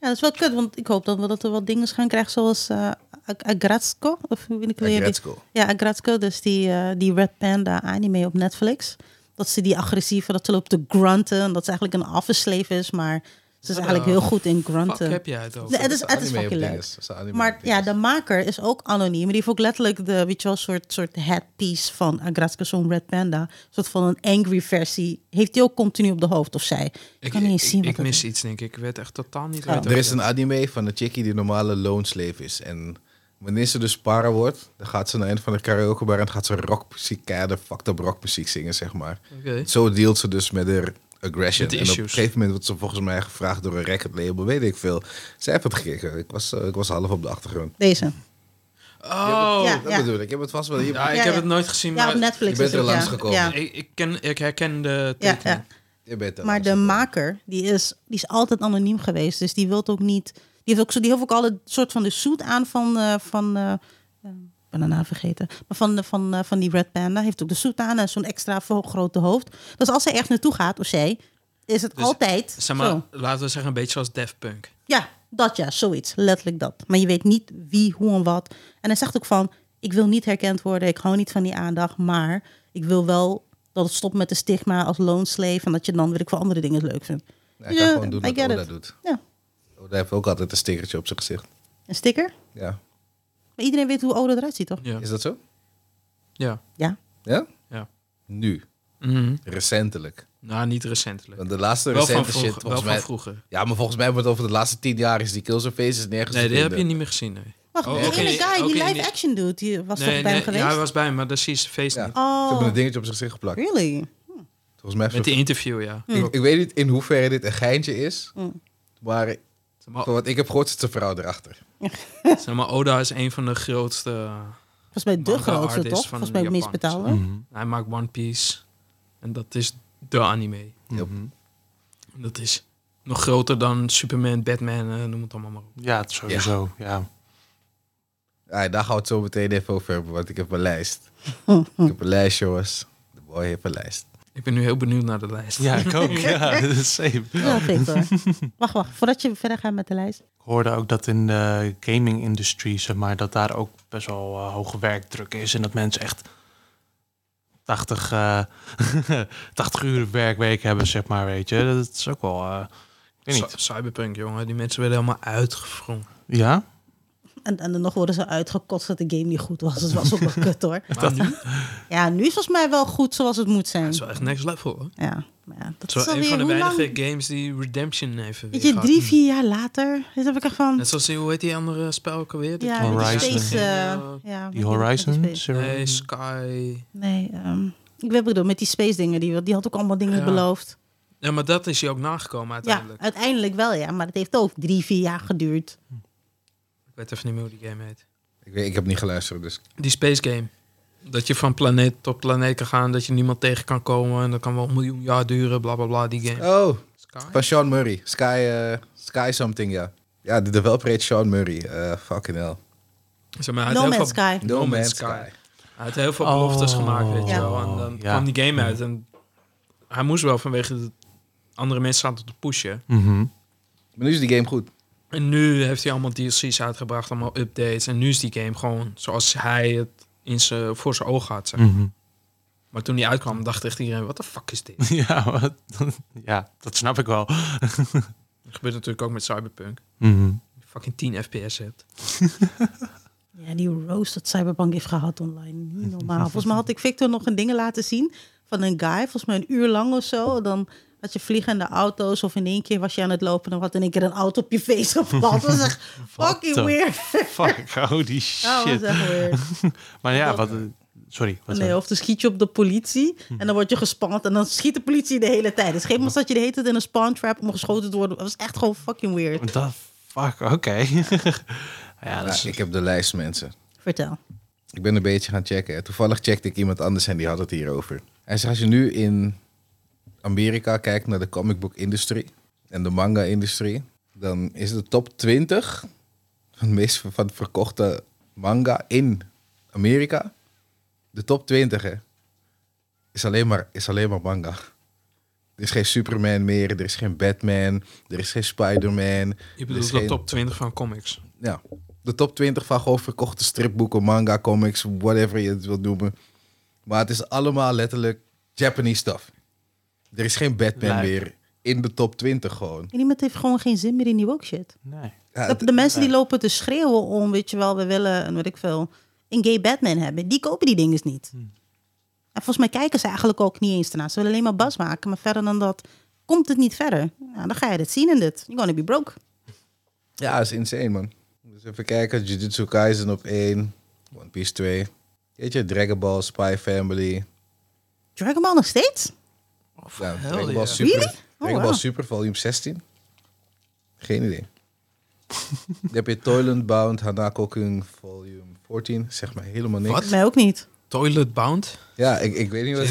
S1: dat is wel kut, want ik hoop dat we dat er wat dingen gaan krijgen zoals eh Ag- Agratsuko. Of hoe wil ik weer
S3: Agratsuko.
S1: Ja, Agratsuko, dus die, eh, die Red Panda anime op Netflix. Dat ze die agressieve, dat ze loopt te grunten. en Dat ze eigenlijk een afversleef is, maar ze is
S4: Wat
S1: eigenlijk
S4: de
S1: heel goed in
S4: Oh. Fuck
S1: grunten.
S4: heb jij het over?
S1: Nee, het is,
S3: Dat
S1: het is
S3: anime
S1: fucking
S3: op
S1: leuk.
S3: dinges. Dat is anime
S1: Maar
S3: op
S1: ja,
S3: dinges.
S1: de maker is ook anoniem. Die heeft ook letterlijk de, weet je wel, soort, soort headpiece van Agratsuko, zo'n Red Panda. Een soort van een angry versie. Heeft die ook continu op de hoofd, of zij? Ik kan niet eens zien
S4: ik,
S1: wat
S4: ik
S1: dat
S4: mis
S1: is.
S4: iets, denk ik. Ik weet echt totaal niet
S1: Oh.
S4: uit.
S3: Er is een anime van een chickie die normale loonslave is. En wanneer ze dus para wordt, dan gaat ze naar een van de karaokebar en gaat ze rockmuziek, keiharde fucked up rockmuziek zingen, zeg maar.
S4: Oké.
S3: Zo dealt ze dus met haar aggression.
S4: Met de
S3: en op een
S4: issues.
S3: gegeven moment wordt ze volgens mij gevraagd door een record label, weet ik veel. Zij heeft het gekeken. Ik was, eh, ik was half op de achtergrond.
S1: Deze.
S4: Oh,
S1: Ja.
S4: ja,
S3: Dat bedoel ik. Ik heb het vast wel... Je,
S4: ik
S1: Ja,
S4: heb
S1: ja.
S4: het nooit gezien,
S1: Ja,
S4: maar
S1: op Netflix.
S3: je bent
S1: is
S3: er
S1: het, ja.
S3: langsgekomen.
S1: Ja.
S4: ik, ik, ken, ik herken de
S1: Ja,
S4: tekening.
S1: ja.
S3: je bent er
S1: Maar de
S3: anders.
S1: maker, die is, die is altijd anoniem geweest. Dus die wil ook niet. Die heeft ook, zo- die heeft ook al het soort van de suit aan van. eh, van eh, eh, ik ben de naam vergeten. Maar van, de- van, eh, van die Red Panda heeft ook de suit aan en zo'n extra vo- grote hoofd. Dus als zij ergens naartoe gaat, of zij, is het
S4: Dus,
S1: altijd.
S4: Zeg maar,
S1: zo.
S4: laten we zeggen, een beetje als Daft Punk.
S1: Ja, dat ja, zoiets. Letterlijk dat. Maar je weet niet wie, hoe en wat. En hij zegt ook van, ik wil niet herkend worden. Ik hou niet van die aandacht. Maar ik wil wel dat het stopt met de stigma als loonslave. En dat je dan, weet ik wel, andere dingen leuk vindt.
S3: Hij kan
S1: Ja,
S3: gewoon doen
S1: I
S3: wat
S1: get
S3: Oda
S1: it.
S3: doet.
S1: Ja,
S3: Oda Oh, heeft ook altijd een stickertje op zijn gezicht.
S1: een sticker.
S3: Ja.
S1: Maar iedereen weet hoe Oda eruit ziet, toch?
S4: Ja.
S3: Is dat zo?
S4: ja.
S1: Ja.
S3: Ja?
S4: ja.
S3: Nu.
S4: Mhm.
S3: Recentelijk.
S4: Nou, niet recentelijk.
S3: Want de laatste
S4: Wel van
S3: recente shit,
S4: vroeger. Wel
S3: volgens
S4: van
S3: mij...
S4: vroeger.
S3: Ja, maar volgens mij wordt over de laatste tien jaar is die Kills and Faces nergens
S4: Nee,
S3: te
S4: die heb
S3: vinden.
S4: je niet meer gezien. Nee,
S1: Wacht,
S4: Oh,
S1: de
S4: oké,
S1: ene guy die
S4: oké,
S1: live
S4: nee.
S1: action doet, die was toch
S4: nee,
S1: bij hem
S4: nee,
S1: geweest?
S4: ja, hij was bij me, maar daar zie je zijn feest
S3: Ja.
S4: niet.
S1: Oh. Hm.
S3: Ze hebben een dingetje op zijn gezicht geplakt.
S1: Really?
S3: Volgens mij
S4: Met
S3: heeft
S4: die
S3: ze-
S4: interview, ja.
S1: Hm.
S3: ik, ik weet niet in hoeverre dit een geintje is, maar
S4: Maar,
S3: van wat ik heb gehoord zit de vrouw erachter.
S4: zeg maar, Oda is een van de grootste...
S1: Volgens mij de
S4: Manga
S1: grootste,
S4: artist
S1: toch?
S4: van
S1: Volgens mij het
S4: Japan,
S1: meest betaalde.
S2: Mhm.
S4: Hij maakt One Piece. En dat is de anime.
S3: Ja.
S4: Dat is nog groter dan Superman, Batman, eh, noem het allemaal maar op.
S2: Ja, het sowieso. Ja.
S3: Ah, daar gaan we het zo meteen even over hebben, want ik heb een lijst. ik heb een lijst, jongens. De boy heeft een lijst.
S4: Ik ben nu heel benieuwd naar de lijst.
S2: Ja, ik ook. ja, dat is same.
S1: Ja, dat weet ik hoor. wacht, wacht. Voordat je verder gaat met de lijst.
S2: Ik hoorde ook dat in de gaming-industrie, zeg maar, dat daar ook best wel eh, hoge werkdruk is. En dat mensen echt 80, eh 80 uur werkweek hebben, zeg maar, weet je. Dat is ook wel... eh, ik weet niet.
S4: Cy- Cyberpunk, jongen. Die mensen werden helemaal uitgevrongen.
S2: Ja?
S1: En, en dan nog worden ze uitgekotst dat de game niet goed was. Dat was ook wel kut hoor.
S4: Maar nu, dat
S1: Ja, nu is volgens mij wel goed zoals het moet zijn.
S4: is wel echt next level, hoor.
S1: Ja, maar ja, dat is
S4: Het is wel een
S1: alweer
S4: van de
S1: hoe lang?
S4: weinige games die Redemption even
S1: Weet
S4: weer
S1: je,
S4: gaat.
S1: drie, vier jaar later. Dit heb ik echt van...
S4: Net zoals die, hoe heet die andere spel ook alweer? Die-
S1: Ja, met die
S2: Horizon.
S1: space... eh,
S4: Eh,
S1: ja, met
S2: Die Horizon?
S1: met die space-
S2: Zero-
S4: Nee, Sky...
S1: Nee, ehm, ik weet bedoel, met die space dingen. Die, die had ook allemaal dingen
S4: Ja.
S1: beloofd.
S4: Ja, maar dat is je ook nagekomen uiteindelijk.
S1: Ja, uiteindelijk wel ja. Maar het heeft ook drie, vier jaar geduurd.
S4: Ik weet even niet meer hoe die game heet.
S3: Ik, weet, ik heb niet geluisterd, dus
S4: Die space game. Dat je van planeet tot planeet kan gaan, dat je niemand tegen kan komen. En dat kan wel een miljoen jaar duren, bla bla bla, die game.
S3: Oh,
S4: Sky?
S3: van Sean Murray. Sky, eh, Sky something, ja. Ja, de developer heet Sean Murray. Eh, fucking hell.
S4: Zeg maar, hij had
S1: No
S4: heel
S1: Man's
S4: veel-
S1: Sky.
S3: No, Man's Sky.
S4: Hij had heel veel beloftes
S2: Oh.
S4: gemaakt, weet je
S1: Ja.
S4: wel. En dan
S2: Ja.
S4: kwam die game uit. En hij moest wel vanwege de andere mensen aan te pushen.
S2: Mhm.
S3: Maar nu is die game goed.
S4: En nu heeft hij allemaal DLC's uitgebracht, allemaal updates. En nu is die game gewoon zoals hij het in zijn, voor zijn ogen had. zeg.
S2: Mhm.
S4: Maar toen die uitkwam, dacht echt iedereen, wat de fuck is dit?
S2: Ja, wat- ja, dat snap ik wel.
S4: Dat gebeurt natuurlijk ook met Cyberpunk.
S2: Mhm.
S4: Je fucking 10 FPS hebt.
S1: Ja, die roast dat Cyberpunk heeft gehad online. Niet normaal. Volgens mij had ik Victor nog een dingen laten zien. van een guy, volgens mij een uur lang of zo. Dan had je vliegende auto's of in één keer was je aan het lopen en wat in één keer een auto op je feest gevallen. Dat was echt fucking
S2: the
S1: weird.
S2: Fuck, holy
S1: Oh, dat
S2: shit.
S1: was echt weird.
S2: maar ja, wat... Sorry, wat Hm.
S1: Nee, of dan schiet je op de politie en dan word je gespant en dan schiet de politie de hele tijd. Dus op een gegeven moment zat je de hele tijd in een spawn trap om geschoten te worden. Dat was echt gewoon fucking weird.
S2: Dat, fuck, oké. ja, dat
S3: Nou,
S2: is...
S3: ik heb de lijst, mensen.
S1: Vertel.
S3: Ik ben een beetje gaan checken. Toevallig checkte ik iemand anders en die had het hierover. Hij zegt, als je nu in Amerika kijkt naar de comic book industrie en de manga industrie, dan is de top 20 van de meest van verkochte manga in Amerika. De top 20 hè, is, alleen maar, is alleen maar manga. Er is geen Superman meer, er is geen Batman, er is geen Spider-Man.
S4: Je
S3: er is
S4: bedoelt de
S3: geen-
S4: top 20 van comics.
S3: ja, de top 20 van gewoon verkochte stripboeken, manga, comics, whatever je het wilt noemen. Maar het is allemaal letterlijk Japanese stuff. Er is geen Batman
S2: Lijp.
S3: meer in de top 20 gewoon.
S1: En iemand heeft gewoon geen zin meer in die woke shit.
S2: Nee.
S3: Ja,
S1: De,
S3: het-
S1: de mensen die lopen te schreeuwen om, weet je wel, we willen, een, weet ik veel, een gay Batman hebben. Die kopen die dingen dus niet.
S3: Hm.
S1: En volgens mij kijken ze eigenlijk ook niet eens ernaar. Ze willen alleen maar bas maken, maar verder dan dat komt het niet verder. Nou, dan ga je dit zien in dit. You're gonna be broke.
S3: ja, is insane, man. Dus even kijken, Jujutsu Kaisen op 1, One Piece 2. Weet je, Dragon Ball, Spy Family.
S1: Dragon Ball nog steeds?
S3: Ja,
S4: Oh, hell
S3: Dragon Ball
S4: yeah.
S3: Super.
S1: Really? Oh,
S3: Dragon Ball
S1: wow.
S3: Super, volume 16. Geen idee. Dan heb je Toiland Bound, Hanako Kun, volume 14. Zeg maar helemaal niks.
S4: Wat?
S1: Mij ook niet.
S4: Toilet Bound?
S3: Ja, ik, ik weet niet wat.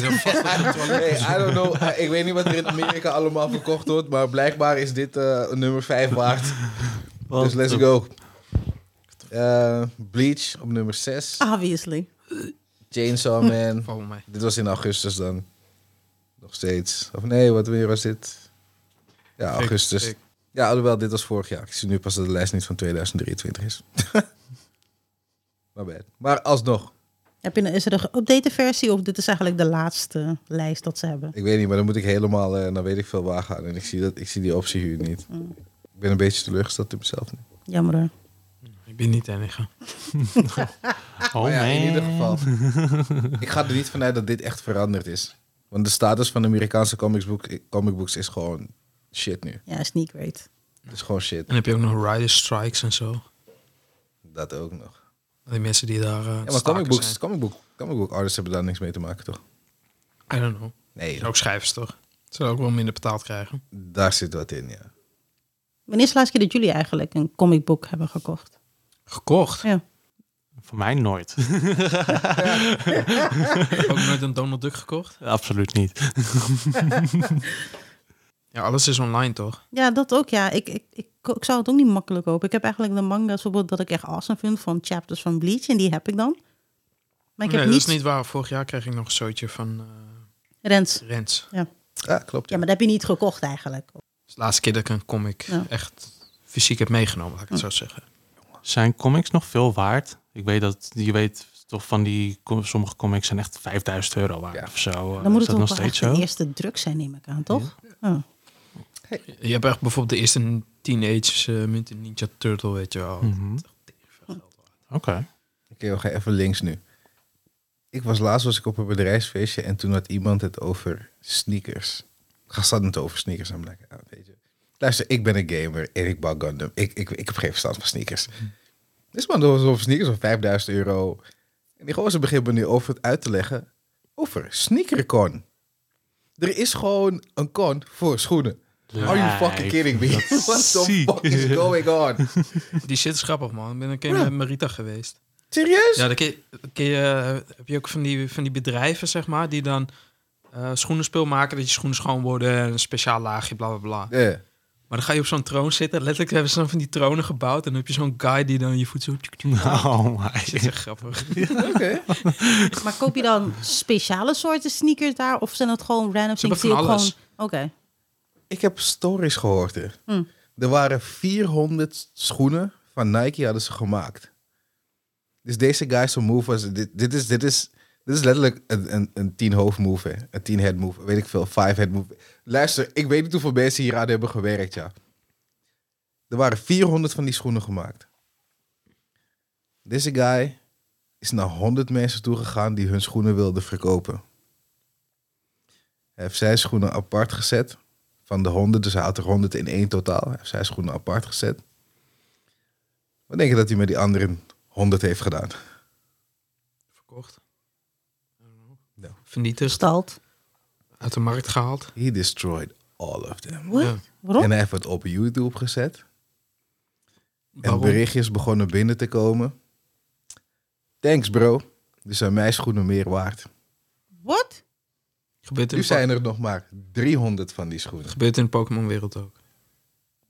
S3: Nee, I don't know. Uh, ik weet niet wat er in Amerika allemaal verkocht wordt, maar blijkbaar is dit eh, een nummer 5 waard. Dus let's go. Eh, Bleach op nummer 6.
S1: Obviously.
S3: Chainsaw Man.
S4: Volgens mij.
S3: Dit was in augustus dan. Nog steeds. Of nee, wat weer was dit? Ja, augustus.
S4: Ik-
S3: Ja, alhoewel, dit was vorig jaar. Ik zie nu pas dat de lijst niet van 2023 is. maar bad. Maar alsnog.
S1: Heb je, een- is er een geüpdate versie of dit is eigenlijk de laatste lijst dat ze hebben?
S3: Ik weet niet, maar dan moet ik helemaal eh naar weet ik veel waar gaan. En ik zie, dat, ik zie die optie hier niet. Ik ben een beetje teleurgesteld in mezelf nu.
S1: Jammer hoor.
S4: Ik ben niet de enige.
S2: Oh,
S3: Maar ja, in
S2: man.
S3: ieder geval.
S4: Oh,
S3: ik ga er niet vanuit dat dit echt veranderd is. Want de status van de Amerikaanse comics book, comic books is gewoon shit nu.
S1: Ja, is niet great.
S3: Het is gewoon shit.
S4: En heb je ook nog rider strikes en zo.
S3: Dat ook nog.
S4: Die mensen die daar eh
S3: Ja, maar
S4: staken
S3: comic books,
S4: zijn.
S3: comic book, comic book artists hebben daar niks mee te maken, toch?
S4: I don't know.
S3: Nee,
S4: En ook schrijvers toch? Ze Zullen ook wel minder betaald krijgen.
S3: daar zit wat in, ja.
S1: Wanneer is de laatste keer dat jullie eigenlijk een comic book hebben gekocht?
S4: Gekocht.
S1: Ja.
S2: Voor mij nooit.
S4: ook nooit een Donald Duck gekocht.
S2: Absoluut niet.
S4: Ja, alles is online toch?
S1: Ja, dat ook, ja. Ik, ik, ik, ik zou het ook niet makkelijk kopen. Ik heb eigenlijk de manga's bijvoorbeeld dat ik echt awesome vind van chapters van Bleach. En die heb ik dan. Maar ik
S4: nee,
S1: heb
S4: dat
S1: niet...
S4: is niet waar. Vorig jaar kreeg ik nog een zootje van eh,
S1: Rens.
S4: Rens.
S3: Ja, Ah, klopt.
S1: Ja,
S3: Ja.
S1: maar dat heb je niet gekocht eigenlijk.
S4: Dat is de laatste keer dat ik een comic
S1: Ja.
S4: echt fysiek heb meegenomen, laat ik het zo zeggen.
S2: Zijn comics nog veel waard? Ik weet dat, je weet toch van die, com- sommige comics zijn echt 5000 euro waard
S3: Ja.
S2: of zo. Eh,
S1: Dan moet het
S2: is dat
S1: ook
S2: nog
S1: wel echt
S2: steeds
S1: de
S2: zo?
S1: eerste druk zijn, neem ik aan, toch? Oh.
S4: Je hebt echt bijvoorbeeld de eerste Teenage eh, Mutant Ninja Turtle, weet je wel.
S2: Mhm. Oké.
S3: Oké, we gaan even links nu. Ik was laatst was ik op een bedrijfsfeestje en toen had iemand het over sneakers. Gast had het over sneakers. en I'm like, ah, weet je. Luister, ik ben een gamer en ik bouw Gundam. Ik, ik, ik heb geen verstand van sneakers. Dus man, dat was over sneakers van 5000 euro. En die gozer begint me nu over het uit te leggen over sneakercon. Er is gewoon een con voor schoenen. Are you fucking kidding me?
S2: Dat is
S3: What the
S2: ziek.
S3: fuck is going on?
S4: Die shit is grappig, man. Ik ben een keer
S3: Ja. Dus-
S4: met Marita geweest.
S3: Serieus?
S4: Ja, dan kun je, dan kun je- heb je ook van die, van die bedrijven, zeg maar, die dan eh schoenenspul maken, dat je schoenen schoon worden, en een speciaal laagje, bla bla bla.
S3: Ja.
S4: Maar dan ga je op zo'n troon zitten. Letterlijk hebben ze dan van die tronen gebouwd. En dan heb je zo'n guy die dan je voet zo...
S2: Oh my.
S4: Shit, echt grappig.
S3: Oké.
S1: Maar koop je dan speciale soorten sneakers daar? Of zijn dat gewoon random
S4: Ze hebben
S1: things die je
S4: van
S1: gewoon...
S4: alles.
S1: Oké.
S3: Ik heb stories gehoord. Hè.
S1: Hmm.
S3: Er waren 400 schoenen van Nike hadden ze gemaakt. Dus deze guy's move was... Dit, dit, is, dit, is, dit is letterlijk een, een, een tien hoofd move. Hè. Een tien head move. Weet ik veel. Five head move. Luister, ik weet niet hoeveel mensen hier aan hebben gewerkt, ja. Er waren 400 van die schoenen gemaakt. Deze guy is naar 100 mensen toegegaan die hun schoenen wilden verkopen. Hij heeft zijn schoenen apart gezet van de honderd. Dus hij had er honderd in één totaal. Hij heeft zijn schoenen apart gezet. Wat denk je dat hij met die andere honderd heeft gedaan?
S4: Verkocht. I don't know.
S3: Ja.
S4: Vernietigd.
S1: Stald.
S4: Uit de markt gehaald.
S3: He destroyed all of them.
S1: What?
S4: Ja.
S1: Waarom?
S3: En hij heeft het op YouTube gezet. En
S4: Waarom?
S3: berichtjes begonnen binnen te komen. Thanks bro. Dus zijn mijn schoenen meer waard.
S1: What?
S4: Gebeurt in,
S3: Nu
S4: de po-
S3: zijn er nog maar 300 van die schoenen.
S4: gebeurt in de Pokémon-wereld ook.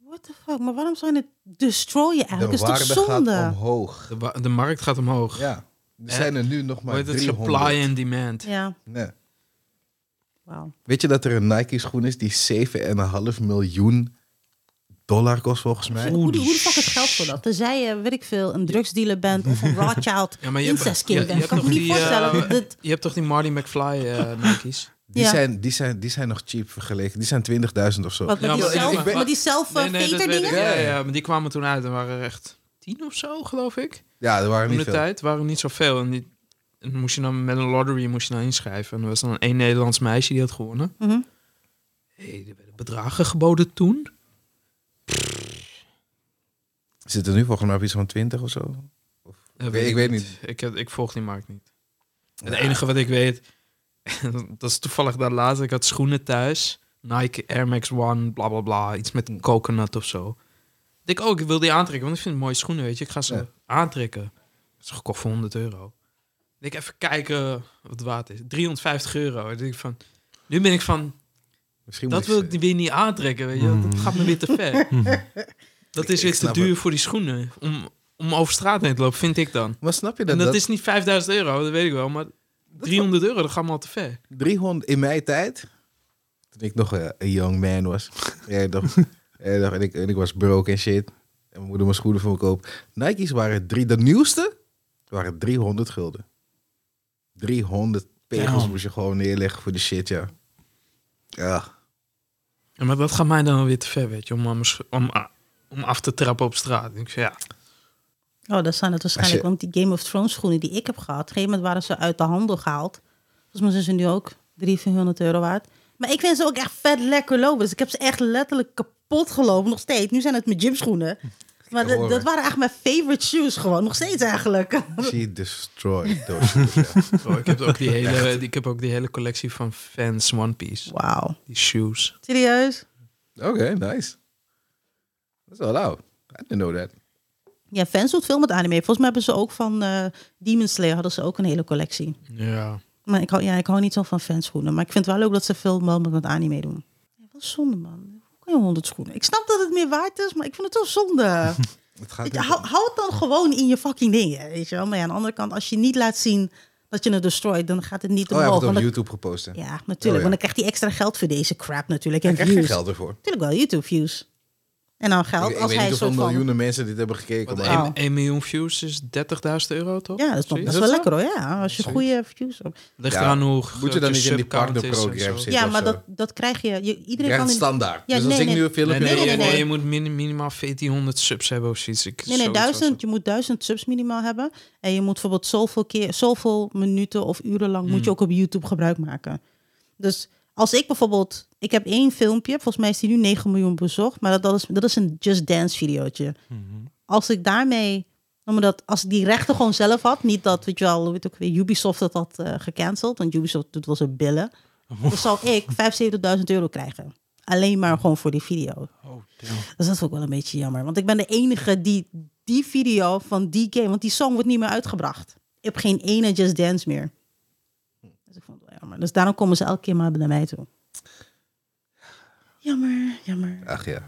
S1: What the fuck? Maar waarom zou je het destroyen
S3: De
S1: eigenlijk? Dat is
S3: waarde
S1: toch
S3: gaat
S1: zonde?
S3: omhoog.
S4: De, wa- de markt gaat omhoog.
S3: Ja. Er
S4: Eh,
S3: zijn er nu nog
S4: Hoe
S3: maar
S4: heet het?
S3: 300.
S4: Supply and demand.
S1: Ja,
S3: Nee.
S1: wauw.
S3: Weet je dat er een Nike schoen is die 7,5 miljoen dollar kost volgens mij?
S1: Hoe, de- hoe de fuck is geld voor dat? Tenzij je, weet ik veel, een drugsdealer bent of een Rothschild
S4: Ja, maar je hebt-
S1: incestkind
S4: ja, je
S1: bent. Ik
S4: hebt
S1: kan me
S4: nog
S1: niet
S4: die, eh,
S1: voorstellen dat dit...
S4: Je hebt toch die Marty McFly eh Nike's?
S3: Die,
S1: Ja.
S3: zijn, die, zijn, die zijn nog cheap vergeleken. Die zijn 20.000 of zo.
S1: Wat, met,
S4: Ja,
S1: die
S4: maar ik-
S1: self,
S4: ik ben-
S1: met die self eh,
S4: dat
S1: veter
S4: weet ik.
S1: dingen?
S4: Ja, ja, maar die kwamen toen uit en waren er echt tien of zo, geloof ik.
S3: Ja, er waren
S4: Toen
S3: niet
S4: de
S3: veel.
S4: tijd waren er niet zoveel. En, die, en moest je dan met een lottery moest je dan inschrijven. En er was dan één Nederlands meisje die had gewonnen.
S1: Mhm.
S4: Hey, er werden bedragen geboden toen.
S3: Zit er nu volgens mij op iets van 20 of zo?
S4: Eh,
S3: weet- ik weet
S4: Ik, heb- ik volg die markt niet. Het enige wat ik weet, dat is toevallig daar laatst. Ik had schoenen thuis. Nike Air Max One, bla bla bla. Iets met een coconut of zo. Ik denk, oh, ik wil die aantrekken, want ik vind het mooie schoenen, weet je. Ik ga ze
S3: Ja.
S4: aantrekken. Dat is gekocht voor 100 euro. Ik denk, even kijken wat het waard is. 350 euro. Dan denk ik van, nu ben ik van,
S3: Misschien
S4: dat
S3: moet
S4: wil
S3: je-
S4: ik weer niet aantrekken, weet je. Dat
S2: Mm.
S4: gaat me weer te ver. dat is
S3: ik
S4: weer te
S3: snap
S4: duur
S3: het.
S4: voor die schoenen. Om, om over straat heen te lopen, vind ik dan.
S3: Maar snap je
S4: En
S3: dat?
S4: dat,
S3: dat
S4: is niet 5000 euro, dat weet ik wel, maar 300 euro, dat gaat me al te ver.
S3: 300 in mijn tijd, toen ik nog eh, een young man was, ja, toch, ja, toch, en, ik, en ik was broke en shit, en mijn moeder mijn schoenen voor me koop. Nike's waren drie, de nieuwste waren 300 gulden. 300 pegels
S2: Damn.
S3: moest je gewoon neerleggen voor die shit, ja. Ja,
S4: Ja, maar dat gaat mij dan weer te ver, weet je, om, aan mijn scho- om, a- om af te trappen op straat. Ik denk van, ja,
S1: Oh, dat zijn het waarschijnlijk.
S3: Als je-
S1: Want die Game of Thrones schoenen die ik heb gehad, op een gegeven moment waren ze uit de handel gehaald. Volgens mij zijn ze nu ook 300 euro waard. Maar ik vind ze ook echt vet lekker lopen. Dus ik heb ze echt letterlijk kapot gelopen. Nog steeds. Nu zijn het mijn gymschoenen. Maar dat-
S3: hoor,
S1: dat
S3: hè.
S1: waren echt mijn favorite shoes gewoon. Nog steeds eigenlijk.
S3: she destroyed those shoes, ja.
S4: bro, ik, heb ook die hele, ik heb ook die hele collectie van fans One Piece.
S1: Wauw.
S4: Die shoes.
S1: Serieus?
S3: Oké, nice. That's all out. I didn't know that.
S1: Ja, fans doet veel met anime. Volgens mij hebben ze ook van eh, Demon Slayer hadden ze ook een hele collectie.
S4: Ja.
S1: Maar ik hou, ja, ik hou niet zo van fanschoenen. Maar ik vind het wel leuk dat ze veel wel met, met anime doen. Ja, wel zonde, man. Hoe kan je honderd schoenen? Ik snap dat het meer waard is, maar ik vind het wel zonde.
S3: Het
S1: Weet
S3: gaat
S1: je,
S3: niet
S1: hou, hou het dan gewoon in je fucking dingen, weet je wel. Maar ja, aan de andere kant, als je niet laat zien dat je het destroyt, dan gaat het niet
S3: om- Oh, hij heeft
S1: omhoog.
S3: het
S1: want
S3: op
S1: dan-
S3: YouTube gepost. hè?
S1: ja, natuurlijk.
S3: ja.
S1: Want dan krijgt hij extra geld voor deze crap natuurlijk.
S3: Hij
S1: En
S3: krijgt geen
S1: views.
S3: geld ervoor.
S1: Natuurlijk wel, YouTube views. En dan
S3: Ik,
S1: geld
S3: ik
S1: als
S3: weet
S1: hij
S3: niet
S1: een
S3: hoeveel
S1: soort van...
S3: miljoenen mensen dit hebben gekeken.
S4: Want
S3: Maar
S1: één-
S3: Ja.
S4: 1, miljoen views is 30.000 euro, toch?
S1: Ja, dat is, nog
S4: Zoiets.
S1: best wel lekker hoor. Ja, als je
S4: Zoiets.
S1: goede views hebt.
S4: Ligt
S3: Ja.
S4: eraan hoe
S3: Moet je dan
S4: groot
S3: niet in die
S4: subcount is en
S3: partnerprogramma's
S4: zo.
S3: zitten?
S1: Ja,
S3: of
S1: maar
S3: zo.
S1: dat, dat krijg je. je
S3: Je
S1: iedereen
S3: krijgt
S1: kan in-
S3: standaard.
S1: Ja,
S3: dus als
S1: nee,
S3: ik
S1: nee.
S3: nu een filmpje
S4: Nee, nee,
S1: Nee,
S4: nee,
S1: nee,
S4: nee,
S1: nee.
S4: je moet min- minimaal 1400 subs hebben of zoiets. Ik-
S1: Nee, nee,
S4: zoiets was
S1: duizend.
S4: het.
S1: Je moet duizend subs minimaal hebben. En je moet bijvoorbeeld zoveel keer, zoveel minuten of uren lang moet je
S3: Hmm.
S1: ook op YouTube gebruik maken. Dus als ik bijvoorbeeld, ik heb één filmpje, volgens mij is die nu 9 miljoen bezocht, maar dat, dat, is, dat is een Just Dance videootje.
S3: Mhm.
S1: Als ik daarmee, noem maar dat, als ik die rechten gewoon zelf had, niet dat, weet je wel, hoe heet het ook weer, Ubisoft had dat eh, gecanceld, want Ubisoft doet wel zijn billen. Dan zou ik 75.000 euro krijgen. Alleen maar gewoon voor die video.
S2: Oh, damn.
S1: Dus dat is ook wel een beetje jammer. Want ik ben de enige die die video van die game... Want die song wordt niet meer uitgebracht. Ik heb geen ene Just Dance meer. Dus ik vond het wel jammer. Dus daarom komen ze elke keer maar naar mij toe. Jammer, jammer.
S3: Ach ja.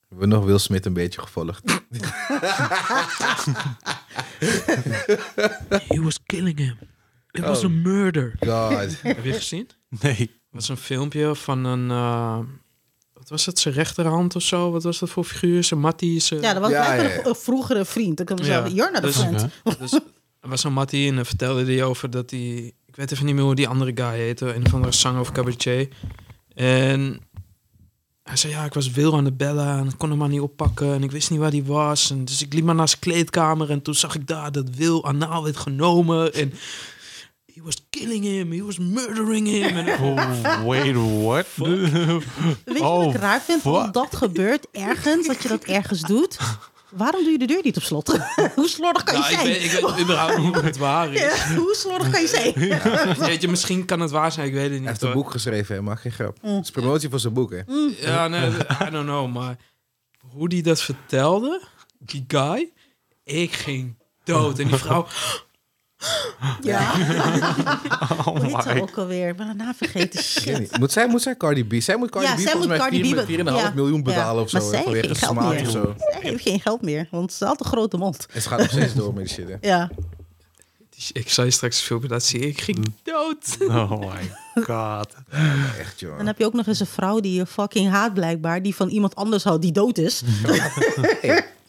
S3: We hebben nog Will Smith een beetje gevolgd.
S4: He was killing him. It was a murder.
S3: God.
S4: Heb je gezien?
S2: Nee.
S4: Dat was een filmpje van een... eh, wat was het? Zijn rechterhand of zo? Wat was dat voor figuur? Zijn mattie? Zijn...
S1: Ja, dat was
S3: Ja,
S1: blijkbaar
S3: ja, ja.
S1: een vroegere vriend. Dan kan ik zeggen,
S4: Ja,
S1: you're not a
S4: dus-
S1: friend.
S2: Oké.
S4: Dus er was een mattie en dan vertelde hij over dat hij... Ik weet even niet meer hoe die andere guy heette. Een of andere zanger of cabaretier. En hij zei, ja, ik was Wil aan de bellen en ik kon hem maar niet oppakken. En ik wist niet waar hij was. En dus ik liep maar naar zijn kleedkamer en toen zag ik daar dat Wil anaal werd genomen. En he was killing killing him, he was murdering him. En-
S2: Oh, wait, what?
S1: Weet je
S2: Oh,
S1: wat ik raar vind? Als
S2: fuck.
S1: dat gebeurt ergens, dat je dat ergens doet. Waarom doe je de deur niet op slot? Hoe slordig kan je
S4: nou, ik,
S1: zijn?
S4: weet, ik weet überhaupt niet of het waar is.
S1: Ja, hoe slordig kan je zijn?
S4: Weet je, misschien kan het waar zijn, ik weet het niet.
S3: Hij heeft een
S4: hoor.
S3: boek geschreven, hè? mag geen grap.
S1: Mm.
S3: Het is promotie voor zijn boek, hè?
S4: Ja, nee, I don't know, maar hoe die dat vertelde, die guy, ik ging dood. En die vrouw,
S1: Ja.
S2: Oh
S1: Hoe heet ze
S2: my.
S1: ook alweer? Ik ben haar naam vergeten.
S3: Ik weet
S1: Shit.
S3: niet. Moet zij, moet zij Cardi B? Zij moet Cardi
S1: Ja,
S3: B
S1: zij
S3: volgens
S1: moet
S3: mij
S1: Cardi
S3: vier-
S1: B be-
S3: met 4,5
S1: ja.
S3: miljoen
S1: Ja.
S3: bedalen of
S1: Maar
S3: zo.
S1: zij
S3: vanwege
S1: heeft
S3: de
S1: geen geld
S3: smaak
S1: meer.
S3: of zo.
S1: Zij heeft geen geld meer, want ze had een grote mond.
S3: En ze gaat nog steeds door met die shit, hè?
S1: Ja.
S4: die- ik zei straks een filmpje dat zie ik
S3: Mm.
S4: ging dood.
S2: Oh my god.
S3: Echt, joh.
S1: Dan heb je ook nog eens een vrouw die je fucking haat blijkbaar. Die van iemand anders houdt die dood is.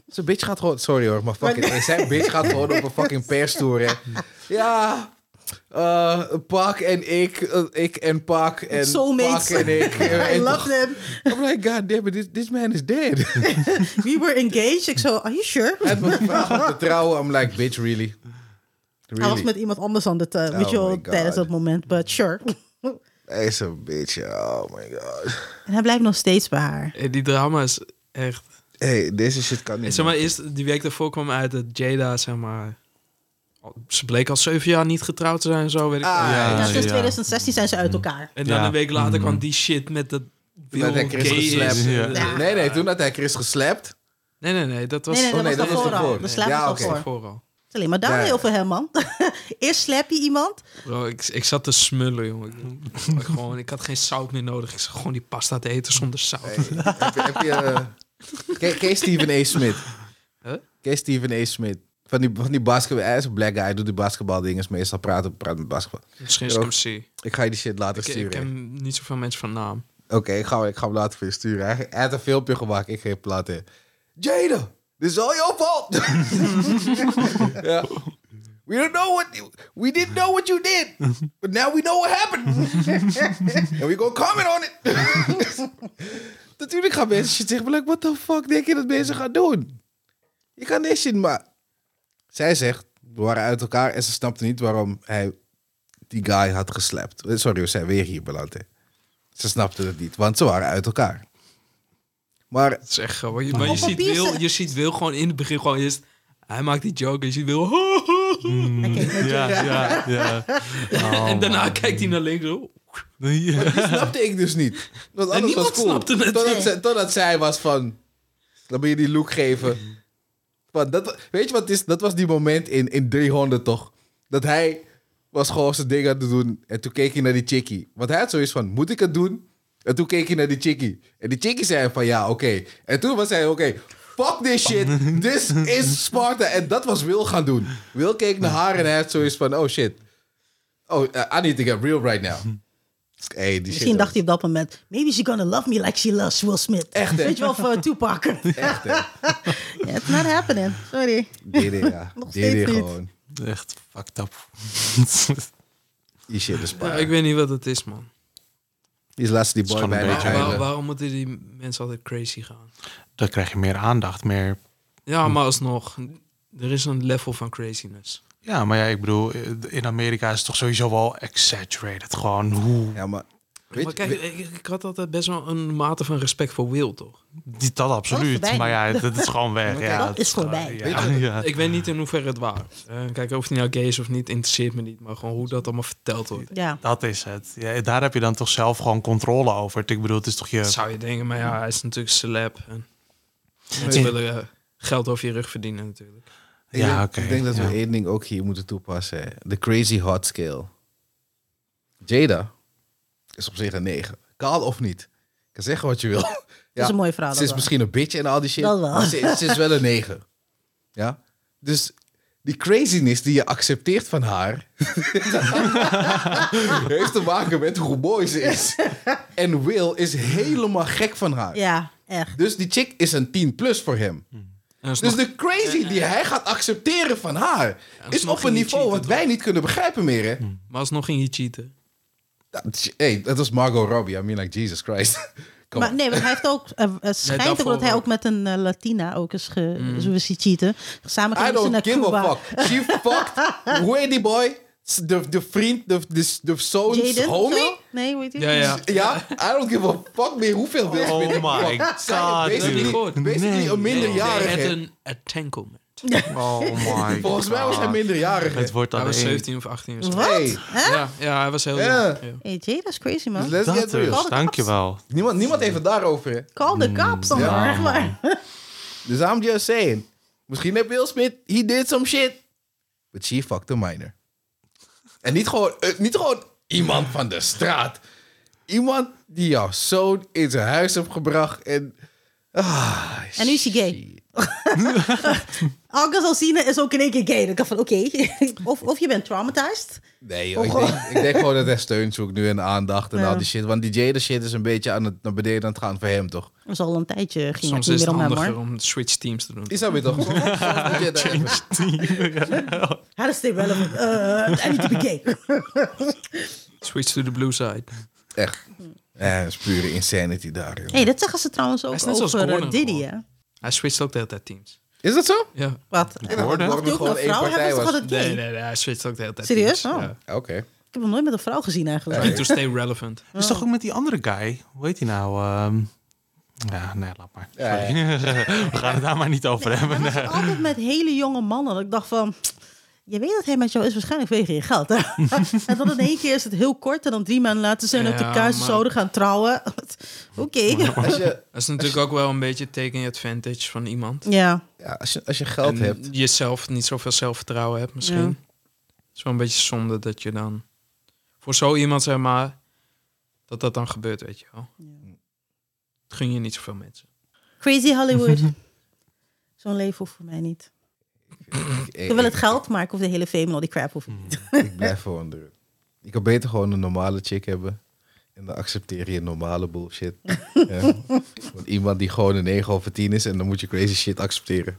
S3: Zo'n bitch gaat gewoon... Sorry hoor, maar fucking... Hey, zijn bitch gaat gewoon op een fucking perstoer, hè? Ja... eh Pak en ik, eh, ik en Pak en
S1: Soulmates.
S3: Pak en ik.
S1: I
S3: En-
S1: love them.
S3: I'm like, god damn it, this, this man is dead.
S1: We were engaged. Ik zo, are you sure?
S3: Hij had me gevraagd om te trouwen. I'm like, bitch, really?
S1: Hij
S3: Really?
S1: was met iemand anders aan het, eh, weet je
S3: Oh
S1: wel,
S3: my God.
S1: tijdens dat moment. But sure.
S3: Hij is een bitch, ja. oh my god.
S1: En hij blijft nog steeds bij haar.
S4: En die drama is echt...
S3: Hey, deze shit kan niet.
S4: Zeg maar, eerst, die week daarvoor kwam uit dat Jada, zeg maar... Ze bleek al zeven jaar niet getrouwd te zijn en zo, weet ik
S3: Ah, Hm.
S4: veel.
S1: Ja, dus
S2: ja,
S1: sinds
S2: ja.
S1: 2016 zijn ze uit elkaar.
S4: En dan
S2: Ja.
S4: een week later
S3: Mm.
S4: kwam die shit met dat... Bill
S3: hij Chris
S4: gay is.
S3: geslapt.
S2: Ja.
S3: meer. Nee, nee, toen had hij Chris geslapt.
S4: Nee, nee, nee, dat was
S1: Nee, nee, dat
S3: Oh, nee,
S1: was
S3: dat was
S1: daarvoor al.
S3: daarvoor.
S1: De slaap
S3: Ja,
S1: was daarvoor.
S3: oké.
S1: Het
S4: daarvoor al.
S1: is alleen maar daar
S3: Ja.
S1: heel veel hem, man. Eerst slap je iemand.
S4: Bro, ik, ik zat te smullen, jongen. Ik, gewoon, ik had geen zout meer nodig. Ik zat gewoon die pasta te eten zonder zout.
S3: Hey, heb je... Heb je eh, ken- ken je Steven A. Smith?
S4: Huh?
S3: Ken je Steven A. Smith? Van die, van die basketbal... Hij is een black guy, hij doet die basketbaldingen. Is meestal praten, praten met basketbal.
S4: Misschien is het
S3: Ja.
S4: hem zie.
S3: Ik ga je die shit laten
S4: Ik,
S3: sturen.
S4: ik ken niet zoveel mensen van naam.
S3: Oké, ik, ga, ik ga hem later voor je sturen. Hij, hij had een filmpje gemaakt. Ik geef plat in. Jada, dit is al jouw fault. ja. We don't know what you- we didn't know what you did, but now we know what happened, and we gonna comment on it. Natuurlijk gaan mensen shit zeggen, maar like, what the fuck denk je dat mensen gaan doen? Je kan deze shit maar. Zij zegt, we waren uit elkaar en ze snapte niet waarom hij die guy had geslapt. Sorry, we zijn weer hier beland. hè. Ze snapten het niet, want ze waren uit elkaar. Maar
S4: Dat is echt gewoon... Je, maar je
S1: op
S4: ziet,
S1: papier
S4: Wil,
S1: ze-
S4: je ziet Wil gewoon in het begin gewoon eerst... Hij maakt die joke en je ziet Wil...
S3: Oh,
S1: Hij keek met
S2: Ja,
S1: je-
S2: ja, ja. Oh
S4: en daarna
S2: my.
S4: kijkt hij naar links. oh.
S2: Ja.
S3: Die snapte ik dus niet. Want alles
S4: niemand
S3: was cool.
S4: snapte het.
S3: Totdat, zij, totdat zij was van... Dan moet je die look geven. Want dat, weet je wat het is? Dat was die moment in, in 300 toch? Dat hij was gewoon zijn ding aan het doen. En toen keek hij naar die chickie. Want hij had zoiets van, moet ik het doen? En toen keek hij naar die chickie. En die chickie zei van, ja, oké. En toen was hij, oké, fuck this shit. This is Sparta. En dat was Wil gaan doen. Wil keek naar haar en hij had zoiets van, oh shit. Oh, I need to get real right now. Hey, die shit
S1: Misschien dacht
S3: was-
S1: hij op dat moment... Maybe she gonna love me like she loves Will Smith.
S3: Echt, hè?
S1: Weet je wel, voor Tupac.
S3: Echt, hè?
S1: Ja, It's not happening. Sorry.
S3: DD, ja.
S1: Nog
S3: DD
S1: steeds niet.
S3: gewoon.
S2: Echt fucked up.
S3: Die shit is
S4: Ja,
S3: paar.
S4: ik weet niet wat het is, man.
S3: Die is laatst die
S2: Het is
S3: boy
S2: gewoon een
S3: bijna
S2: beetje-
S4: Waar-
S3: huilen.
S4: waarom moeten die mensen altijd crazy gaan?
S2: Dan krijg je meer aandacht, meer...
S3: Hm.
S4: Ja, maar alsnog. Er is een level van craziness.
S2: Ja, maar ja, ik bedoel, in Amerika is het toch sowieso wel exaggerated. Gewoon hoe...
S3: Ja, maar... Weet
S4: maar
S3: je,
S4: kijk,
S3: weet-
S4: ik, ik had altijd best wel een mate van respect voor Will, toch?
S2: Die, dat absoluut.
S1: voorbij.
S2: maar ja, dat is gewoon weg. Ja,
S1: dat
S2: het
S1: is voorbij.
S2: Ja, ja.
S4: Ik weet niet in hoeverre het waar is. Eh, kijk, of hij nou gay is of niet, interesseert me niet. Maar gewoon hoe dat allemaal verteld wordt.
S1: Ja.
S2: Dat is het. Ja, daar heb je dan toch zelf gewoon controle over. Ik bedoel, het is toch
S4: Dat
S2: je...
S4: zou je denken, maar ja, hij is natuurlijk celeb. En mensen
S2: Nee.
S4: willen eh, geld over je rug verdienen natuurlijk.
S3: ik
S2: Ja,
S3: denk-
S2: oké,
S3: Ik denk dat
S2: ja.
S3: we één ding ook hier moeten toepassen. hè. De crazy hot scale. Jada is op zich een 9. Kaal of niet. Ik kan zeggen wat je wil. Ja,
S1: Dat is een mooie verhaal.
S3: ze is misschien een bitch en al die shit.
S1: Dat wel.
S3: maar Ze, ze is wel een 9. Ja? Dus die craziness die je accepteert van haar... heeft te maken met hoe mooi ze is. en Will is helemaal gek van haar.
S1: Ja, echt.
S3: Dus die chick is een 10 plus voor hem.
S4: En alsnog-
S3: Dus de crazy die hij gaat accepteren van haar...
S4: dat is
S3: is
S4: nog
S3: op een
S4: niet
S3: niveau
S4: cheaten,
S3: wat wij niet kunnen begrijpen meer. Hè?
S4: Maar alsnog ging je cheaten.
S3: Dat- hey, dat was Margot Robbie. I mean, like, Jesus Christ. Come
S1: Maar
S3: on.
S1: nee, want hij heeft ook... eh, Het schijnt ook
S4: daarvoor
S1: dat hij
S4: ook.
S1: ook met een eh, Latina ook is ge... Zo is hij cheaten. Samen
S3: Mm. I
S1: gingen ze
S3: don't
S1: naar
S3: give
S1: Cuba.
S3: a fuck. She fucked Wendy boy de, de vriend, de, de, de zoon,
S1: Jaden of
S3: homie?
S1: zo? Nee, hoe heet die?
S4: Ja, ja.
S3: Ja, I don't give a fuck meer hoeveel dit
S2: Oh my god,
S4: is niet
S2: dude.
S4: goed.
S3: Basically
S2: Nee.
S3: een minderjarige.
S4: Met een entanglement.
S2: Oh my
S3: Volgens mij was hij
S2: God.
S3: minderjarige.
S2: Het wordt
S4: Hij
S2: dan
S4: was
S2: één.
S4: 17 of 18 of zo.
S1: Wat?
S3: Hey.
S1: Hè?
S4: Ja, ja, hij was heel
S3: Ja.
S4: jong. Ja.
S1: Hey, Jada is crazy, man.
S3: Let's get
S2: Dat
S3: real.
S2: dus, dankjewel.
S3: Niemand, niemand heeft het daarover. hè.
S1: Call the cops dan,
S2: ja,
S1: maar, echt waar.
S3: Dus I'm just saying. Misschien heb Will Smith, he did some shit. But she fucked a minor. En niet gewoon, eh, niet gewoon iemand van de straat. Iemand die jouw zoon in zijn huis heeft gebracht en... Ah,
S1: En nu is hij gay. Alka Alcina is ook in één keer gay. Dan kan van, oké. of, of je bent traumatized.
S3: Nee, joh, ik, denk, ik denk gewoon dat hij steun zoekt nu en aandacht en
S1: Oh, Ja.
S3: al die shit. Want die Jada shit is een beetje aan het, naar beneden aan het gaan voor hem, toch?
S1: Dat is al een tijdje. Ging het niet
S4: Soms is
S1: meer
S4: het
S1: om hem,
S4: handiger
S1: hoor.
S4: om switch teams te doen.
S3: Is dat weer toch?
S1: How to stay relevant. Uh, I need to be gay.
S4: Switch to the blue side.
S3: Echt. Ja, dat is pure insanity daar, joh.
S1: hey, dat zeggen ze trouwens ook
S4: is net zoals
S1: over eh,
S4: Gordon
S1: Diddy,
S4: gewoon.
S1: hè?
S4: Hij switcht ook de hele tijd teams.
S3: Is dat zo?
S4: Ja.
S1: Wat?
S2: Gordon?
S1: Mocht hij ook een
S3: Gewoon één
S1: vrouw hebben?
S3: partij
S1: Is toch
S3: was.
S1: altijd gay?
S4: Nee, nee, nee, hij switcht ook de hele tijd
S1: Serieus?
S4: teams.
S1: Oh.
S4: Ja.
S3: Oké.
S1: Ik heb hem nooit met een vrouw gezien, eigenlijk.
S4: Trying to stay relevant.
S2: Is toch ook met die andere guy? Hoe heet hij nou? Ehm, ja, nee, laat maar.
S3: Ja,
S2: Sorry. We gaan het daar maar niet over hebben.
S1: Hij was altijd met hele jonge mannen. Dat Ik dacht van, je weet dat hij met jou is waarschijnlijk vanwege je geld. Hè? en dan in één keer is het heel kort en dan drie maanden later zijn we op de
S4: Ja,
S1: kuis
S4: maar-
S1: zouden gaan trouwen. Oké.
S3: Als je,
S4: Dat is natuurlijk ook wel een beetje taking advantage van iemand.
S1: Ja.
S3: ja, als je, als je geld
S4: En
S3: hebt...
S4: Jezelf niet zoveel zelfvertrouwen hebt misschien.
S1: Ja.
S4: Het is wel een beetje zonde dat je dan... Voor zo iemand, zeg maar, dat dat dan gebeurt, weet je wel. Het gun je niet zoveel mensen.
S1: Crazy Hollywood. Zo'n leven hoeft voor mij niet. Ik wil
S3: ik-
S1: het geld, maar ik hoef de hele fame en al die crap hoef ik niet.
S3: Ik blijf gewoon druk. Ik kan beter gewoon een normale chick hebben. En dan accepteer je normale bullshit. Ja. Want iemand die gewoon een 9 over 10 is en dan moet je crazy shit accepteren.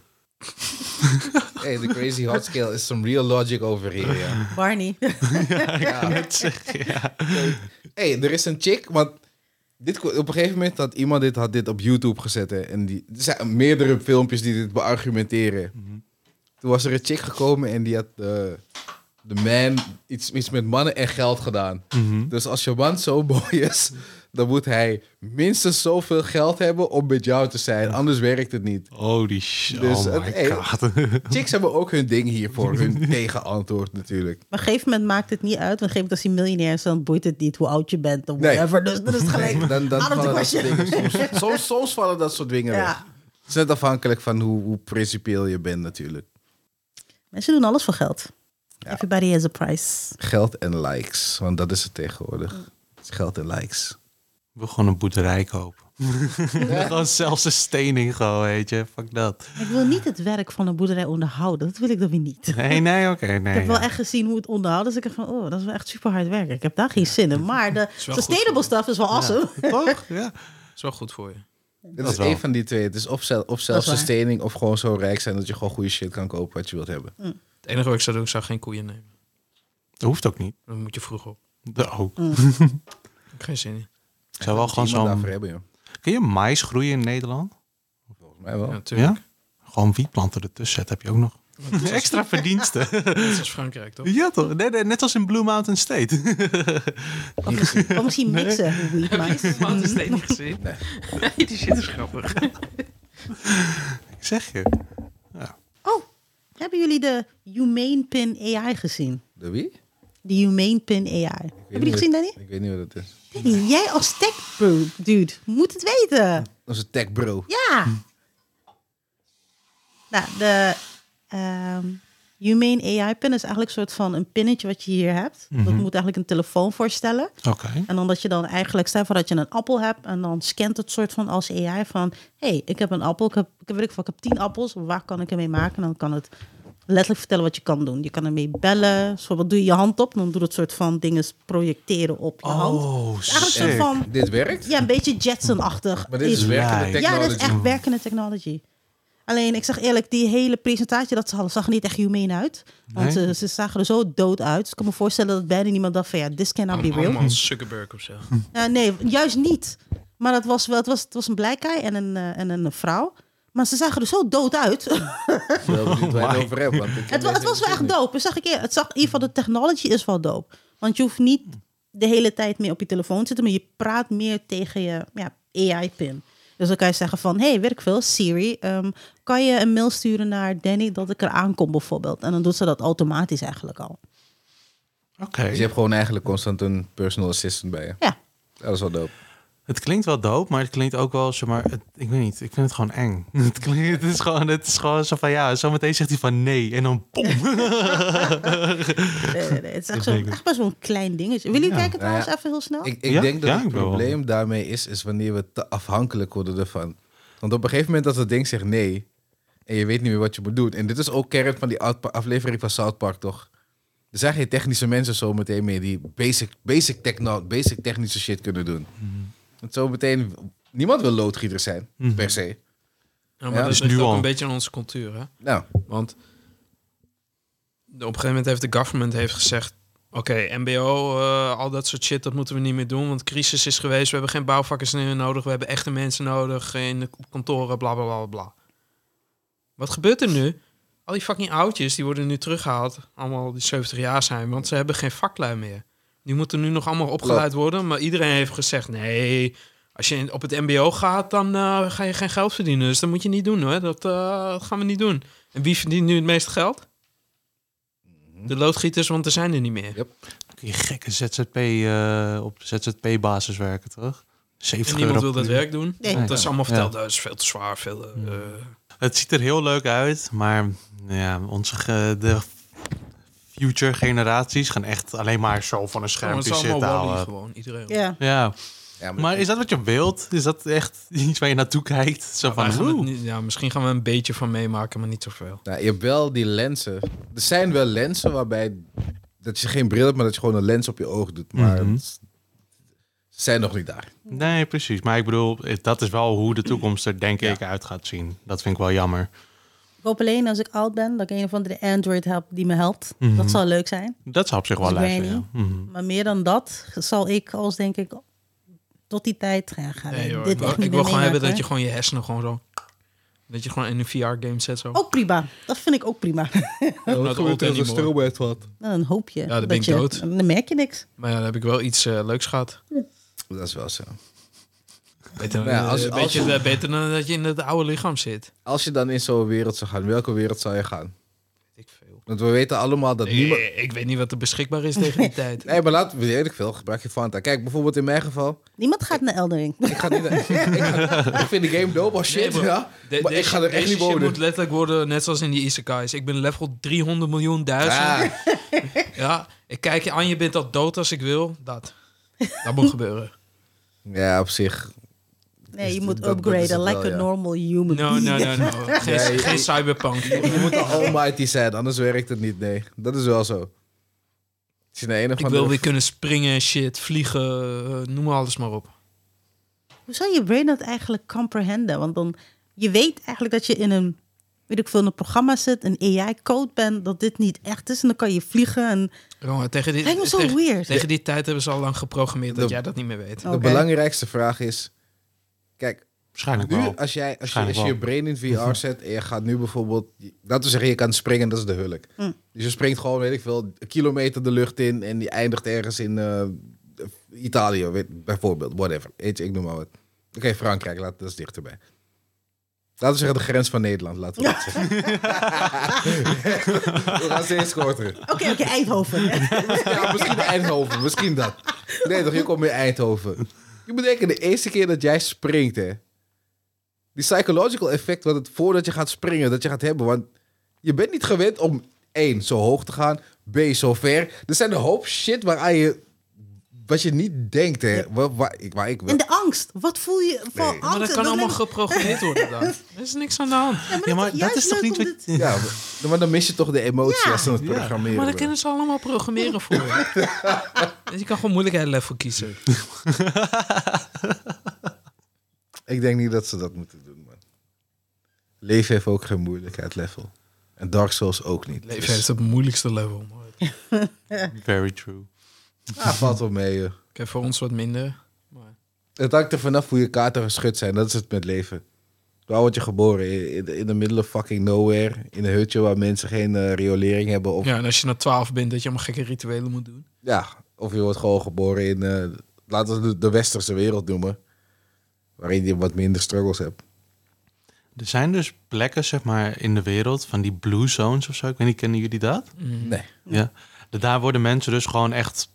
S3: hey, de crazy hot scale is some real logic over hier. Ja.
S1: Barney.
S3: Hey, er is een chick, want dit, ko- op een gegeven moment had iemand dit, had dit op YouTube gezet. hè, en die, er zijn meerdere filmpjes die dit beargumenteren. Toen was er een chick gekomen en die had eh, de man iets, iets met mannen en geld gedaan. Dus als je man zo mooi is, dan moet hij minstens zoveel geld hebben om met jou te zijn. Anders werkt het niet.
S2: Holy shit.
S3: Dus,
S2: oh my
S3: eh,
S2: god.
S3: Chicks hebben ook hun ding hiervoor, hun tegenantwoord natuurlijk.
S1: Maar op een gegeven moment maakt het niet uit. Want op een gegeven moment als hij miljonair is, dan boeit het niet hoe oud je bent. Of
S3: Nee.
S1: whatever. Dus dat is het gelijk.
S3: Nee, dan, dan
S1: Out of the
S3: vallen dat soort
S1: question.
S3: dingen soms, soms, soms vallen dat soort dingen weg.
S1: Ja.
S3: Het is net afhankelijk van hoe, hoe principieel je bent natuurlijk.
S1: Mensen doen alles voor geld. Everybody has a price.
S3: Geld en likes, want dat is het tegenwoordig. Het is geld en likes.
S2: Ik wil gewoon een boerderij kopen. gewoon zelfs een stening gewoon, weet je. Fuck dat.
S1: Ik wil niet het werk van een boerderij onderhouden. Dat wil ik dan weer niet.
S2: Nee, nee, oké, nee.
S1: Ik heb wel
S2: ja.
S1: echt gezien hoe het onderhouden is. Ik dacht van, oh, dat is wel echt super hard werken. Ik heb daar geen zin in. Maar de
S4: wel
S1: sustainable stuff is wel awesome.
S2: Toch? Ja.
S4: Dat is wel goed voor je.
S3: Het
S2: is
S3: is
S2: wel.
S3: één van die twee. Het is of, zelf, of zelfs
S1: waar.
S3: sustaining of gewoon zo rijk zijn dat je gewoon goede shit kan kopen wat je wilt hebben.
S4: Het enige wat ik zou doen, ik zou geen koeien nemen.
S2: Dat hoeft ook niet.
S4: Dan moet je vroeg op.
S2: De, oh.
S4: Ik heb geen zin in.
S2: Ik zou wel
S3: Moet je
S2: gewoon
S3: Mm. iemand daarvoor
S2: zo'n...
S3: hebben, joh.
S2: Kun je mais groeien in Nederland?
S3: Volgens mij wel.
S4: Ja, natuurlijk.
S2: Ja? Gewoon wietplanten ertussen zetten heb je ook nog. Extra verdiensten.
S4: Net als Frankrijk, toch?
S2: ja toch? Nee, nee, net als in Blue Mountain State.
S1: Of misschien, of misschien mixen. Weed mice.
S4: Wat is dit niet gezien? Nee. die shit is grappig.
S2: Ik zeg je.
S1: Oh, hebben jullie de Humane Pin AI gezien?
S3: De wie? Ik
S1: De Humane Pin AI. Hebben
S3: weet
S1: jullie
S3: niet
S1: gezien,
S3: wat-
S1: Danny?
S3: Ik weet niet wat het is.
S1: Danny, jij als tech bro, dude, moet het weten.
S3: Onze tech bro.
S1: Ja. Nou, de ehm, Humane AI Pin is eigenlijk een soort van een pinnetje wat je hier hebt.
S3: Mhm.
S1: Dat moet eigenlijk een telefoon voorstellen.
S2: Oké.
S1: En dan dat je dan eigenlijk, stel voor dat je een appel hebt en dan scant het soort van als AI van, hé, hey, ik heb een appel, ik heb, ik, heb- weet ik, veel, ik heb tien appels, waar kan ik ermee maken? En dan kan het letterlijk vertellen wat je kan doen. Je kan ermee bellen, zo, wat doe je je hand op, dan doet het soort van dingen projecteren op je hand.
S2: Oh,
S1: Het is Eigenlijk een
S2: sick.
S1: soort van,
S3: Dit werkt?
S1: ja, een beetje Jetson-achtig.
S3: Maar dit is
S1: iets.
S3: werkende
S2: Ja,
S1: Ja,
S3: technology.
S1: dat is echt werkende technology. Alleen, ik zeg eerlijk, die hele presentatie dat ze hadden, zag er niet echt humane uit. Want
S2: Nee?
S1: ze, ze zagen er zo dood uit. Dus ik kan me voorstellen dat bijna niemand dacht van, ja, this
S4: Nou,
S1: cannot be real.
S4: Allemaal Zuckerberg of zo.
S1: Ja, nee, juist niet. Maar dat was wel, het was, het was eh, een black guy en een, eh, en een vrouw. Maar ze zagen er zo dood uit.
S3: Ik ben wel benieuwd waar je het over hebt. want ik ken
S1: Het, wa- het
S3: deze
S1: was wel echt
S3: niet.
S1: dope. Dat zag ik eer- het zag, in ieder geval, de technology is wel dope. Want je hoeft niet de hele tijd meer op je telefoon te zitten, maar je praat meer tegen je ja, AI-pin. Dus dan kan je zeggen van, hey, werk veel, Siri, ehm, kan je een mail sturen naar Danny dat ik eraan kom bijvoorbeeld? En dan doet ze dat automatisch eigenlijk al.
S2: Oké.
S3: Dus je hebt gewoon eigenlijk constant een personal assistant bij je.
S1: Ja.
S3: Dat is wel dope.
S2: Het klinkt wel dope, maar het klinkt ook wel, zeg maar, het- ik weet niet, ik vind het gewoon eng. Het, klinkt, het, is gewoon, het is gewoon zo van, ja, zometeen zegt hij van nee en dan pom.
S1: Nee, nee, nee. Eh, Het is echt,
S2: Ik
S1: zo,
S2: denk het.
S1: echt best wel een klein dingetje. Willen jullie
S2: Ja.
S1: kijken trouwens
S3: Nou
S1: even heel snel?
S3: Ik, ik
S2: Ja?
S3: denk dat
S2: Ja,
S3: het
S2: ik ben wel-
S3: probleem daarmee is, is wanneer we te afhankelijk worden ervan. Want op een gegeven moment als dat ding zegt nee, en je weet niet meer wat je moet doen. En dit is ook kern van die af- aflevering van South Park, toch? Er zijn geen technische mensen zo meteen meer die basic, basic, techno, basic technische shit kunnen doen. Want zo meteen, niemand wil loodgieter zijn,
S2: Mhm.
S3: per se.
S4: Ja,
S3: Ja,
S4: Nou, maar dat
S2: is
S4: is
S2: nu
S4: ook
S2: al.
S4: een beetje aan onze cultuur, hè?
S3: Nou,
S4: Want op een gegeven moment heeft de government heeft gezegd... Oké, mbo, eh, al dat soort shit, dat moeten we niet meer doen. Want crisis is geweest, we hebben geen bouwvakkers meer nodig. We hebben echte mensen nodig in de kantoren, bla, bla, bla, bla. Wat gebeurt er nu? Al die fucking oudjes, die worden nu teruggehaald. Allemaal die 70 jaar zijn, want ze hebben geen vaklui meer. Die moeten nu nog allemaal opgeleid worden. Maar iedereen heeft gezegd, nee... Als je in- op het mbo gaat, dan eh, ga je geen geld verdienen. Dus dat moet je niet doen, hoor. Dat eh, dat gaan we niet doen. En wie verdient nu het meeste geld? De loodgieters, want er zijn er niet meer.
S2: Die gekke ZZP, eh, op ZZP-basis werken, toch? 70
S4: En
S2: euro
S4: niemand wil
S2: per
S4: dat
S2: uur.
S4: werk doen.
S1: Nee.
S4: Want dat is allemaal
S2: Ja.
S4: verteld, dat is veel te zwaar. Veel,
S3: Hmm.
S4: eh, eh,
S2: Het ziet er heel leuk uit, maar ja, onze ge- de future generaties gaan echt alleen maar zo van een
S4: maar het
S2: schermpje
S4: is allemaal
S2: zitten
S4: Wall-E
S2: houden.
S4: gewoon. Iedereen.
S1: ja.
S2: Ja,
S3: ja, maar,
S2: maar is dat wat je wilt? Is dat echt iets waar je naartoe kijkt? Zo
S4: Ja, wij
S2: van,
S4: gaan het
S2: oeh.
S4: niet- ja, misschien gaan we een beetje van meemaken, maar niet zoveel.
S3: nou, je hebt wel die lenzen. Er zijn wel lenzen waarbij dat je geen bril hebt, maar dat je gewoon een lens op je oog doet. Maar
S2: Mhm.
S3: het- ze zijn nog niet daar.
S2: Nee, precies. Maar ik bedoel, dat is wel hoe de toekomst er denk ik uit gaat zien. Dat vind ik wel jammer.
S1: Ik hoop alleen als ik oud ben, dat ik een of andere Android heb die me helpt.
S2: Mhm.
S1: Dat zal leuk zijn.
S2: Dat zou op zich wel
S1: Dus ik
S2: lijken.
S1: weet
S2: Ja.
S1: niet.
S2: Mhm.
S1: Maar meer dan dat zal ik als denk ik tot die tijd ja, gaan.
S4: Nee, joh,
S1: dit
S4: ik wil,
S1: echt niet
S4: ik wil
S1: meer
S4: gewoon hebben
S1: meemaken.
S4: dat je gewoon je hersenen gewoon zo... Dat je gewoon in een VR-game zet zo.
S1: Ook prima. Dat vind ik ook prima.
S3: Ja,
S4: wat gebeurt Nou, er als er stroom
S3: valt?
S1: Dan hoop je.
S4: dan ben
S1: dat
S4: ik
S1: je,
S4: dood.
S1: Dan merk je niks.
S4: Maar ja, dan heb ik wel iets eh, leuks gehad.
S3: Dat is wel zo.
S4: Beter, dan-
S3: Ja, als-
S4: eh,
S3: als-
S4: beetje, eh, beter dan dat je in het oude lichaam zit.
S3: Als je dan in zo'n wereld zou gaan, welke wereld zou je gaan?
S4: Weet ik veel.
S3: Want we weten allemaal dat niemand...
S4: Ik, ik weet niet wat er beschikbaar is tegen die tijd.
S3: Nee, maar laat, weet ik veel, gebruik je Fanta. Kijk, bijvoorbeeld in mijn geval,
S1: Niemand gaat naar Elden Ring.
S3: ik ga niet... ik, ga- ik vind de game dope als shit,
S4: Nee, bro.
S3: ja.
S4: De-
S3: maar ik
S4: deze-
S3: ga er echt
S4: deze
S3: niet
S4: shit
S3: wonen.
S4: moet letterlijk worden, net zoals in die isekais. Ik ben level 300 miljoen duizend. Ja.
S3: Ja,
S4: ik kijk je aan, je bent al dood als ik wil. Dat. Dat moet gebeuren.
S3: ja, op zich.
S4: Dus
S1: Nee, je
S3: dat-
S1: moet
S3: dat- dat is
S1: upgraden
S3: het wel,
S1: like
S3: ja.
S1: a normal human
S4: No, no,
S1: being.
S4: no, no. Geen,
S3: Nee.
S4: geen cyberpunk.
S3: Je moet een almighty zijn, anders werkt het niet, nee. Dat is wel zo. Als je naar een of
S4: Ik wil
S3: andere...
S4: weer kunnen springen en shit, vliegen, eh, noem alles maar op.
S1: Hoe zou je brain dat eigenlijk comprehenden? Want dan, je weet eigenlijk dat je in een, weet ik veel, in een programma zit, een AI-code bent, dat dit niet echt is. En dan kan je vliegen. En...
S4: Jongen, tegen die,
S1: Lijkt me zo
S4: tegen,
S1: weird.
S4: tegen die tijd hebben ze al lang geprogrammeerd dat
S3: Dat-
S4: jij dat niet meer weet.
S1: Oh.
S3: De
S1: Oké.
S3: belangrijkste vraag is... Kijk,
S2: Waarschijnlijk
S3: Nu,
S2: wel.
S3: als, jij, als, je, als
S2: Waarschijnlijk
S3: je je brain in VR zet en je gaat nu bijvoorbeeld... Laten we zeggen, je kan springen, dat is de hulk.
S1: Mm.
S3: Dus je springt gewoon, weet ik veel, een kilometer de lucht in... en die eindigt ergens in eh, Italië, weet, bijvoorbeeld, whatever. Weet je, ik noem maar wat. Oké, Frankrijk, laat, dat is dichterbij. Laten we zeggen de grens van Nederland, laten we dat zeggen. we gaan steeds korter.
S1: Oké, oké, Eindhoven.
S3: Ja, misschien Eindhoven, misschien dat. Nee, toch, je komt in Eindhoven. Je moet denken, de eerste keer dat jij springt, hè. Die psychological effect wat het voordat je gaat springen, dat je gaat hebben. Want je bent niet gewend om één, zo hoog te gaan. B, zo ver. Er zijn een hoop shit waaraan je... Wat je niet denkt, hè. Waar, waar, ik, waar ik
S1: En de angst. Wat voel je voor
S3: Nee.
S1: angst?
S4: Maar dat kan
S1: lijkt
S4: allemaal
S1: me-
S4: geprogrammeerd worden dan. Er is niks aan de hand.
S1: Ja, maar, dat,
S2: ja, maar
S1: is
S2: dat
S1: juist
S2: is toch
S1: leuk
S2: niet
S1: om
S2: wat...
S1: dit-
S3: Ja, maar dan mis je toch de emotie
S1: Ja.
S3: als ze aan het
S2: Ja.
S3: programmeren
S4: Maar dat
S3: zijn.
S4: kunnen ze allemaal programmeren voor. je. dus je kan gewoon moeilijkheidslevel kiezen.
S3: Ik denk niet dat ze dat moeten doen, man. Leven heeft ook geen moeilijkheid level. En Dark Souls ook niet.
S4: Leven
S3: Dus-
S4: heeft het moeilijkste level. Oké,
S2: Very true.
S3: Ah, valt wel mee. joh.
S4: voor ons wat minder. Maar
S3: Het hangt er vanaf hoe je kaarten geschud zijn. Dat is het met leven. Waar word je geboren? In- In, de- in de middle of fucking nowhere. In een hutje waar mensen geen eh, riolering hebben. Of, ja.
S4: Ja, en als je naar 12 bent, dat je allemaal gekke rituelen moet doen.
S3: of je wordt gewoon geboren in, eh, laten we de, de westerse wereld noemen. Waarin je wat minder struggles hebt.
S2: Er zijn dus plekken, zeg maar, in de wereld van die blue zones of zo. Ik weet niet, kennen jullie dat?
S3: Nee.
S2: Ja. Da- Daar worden mensen dus gewoon echt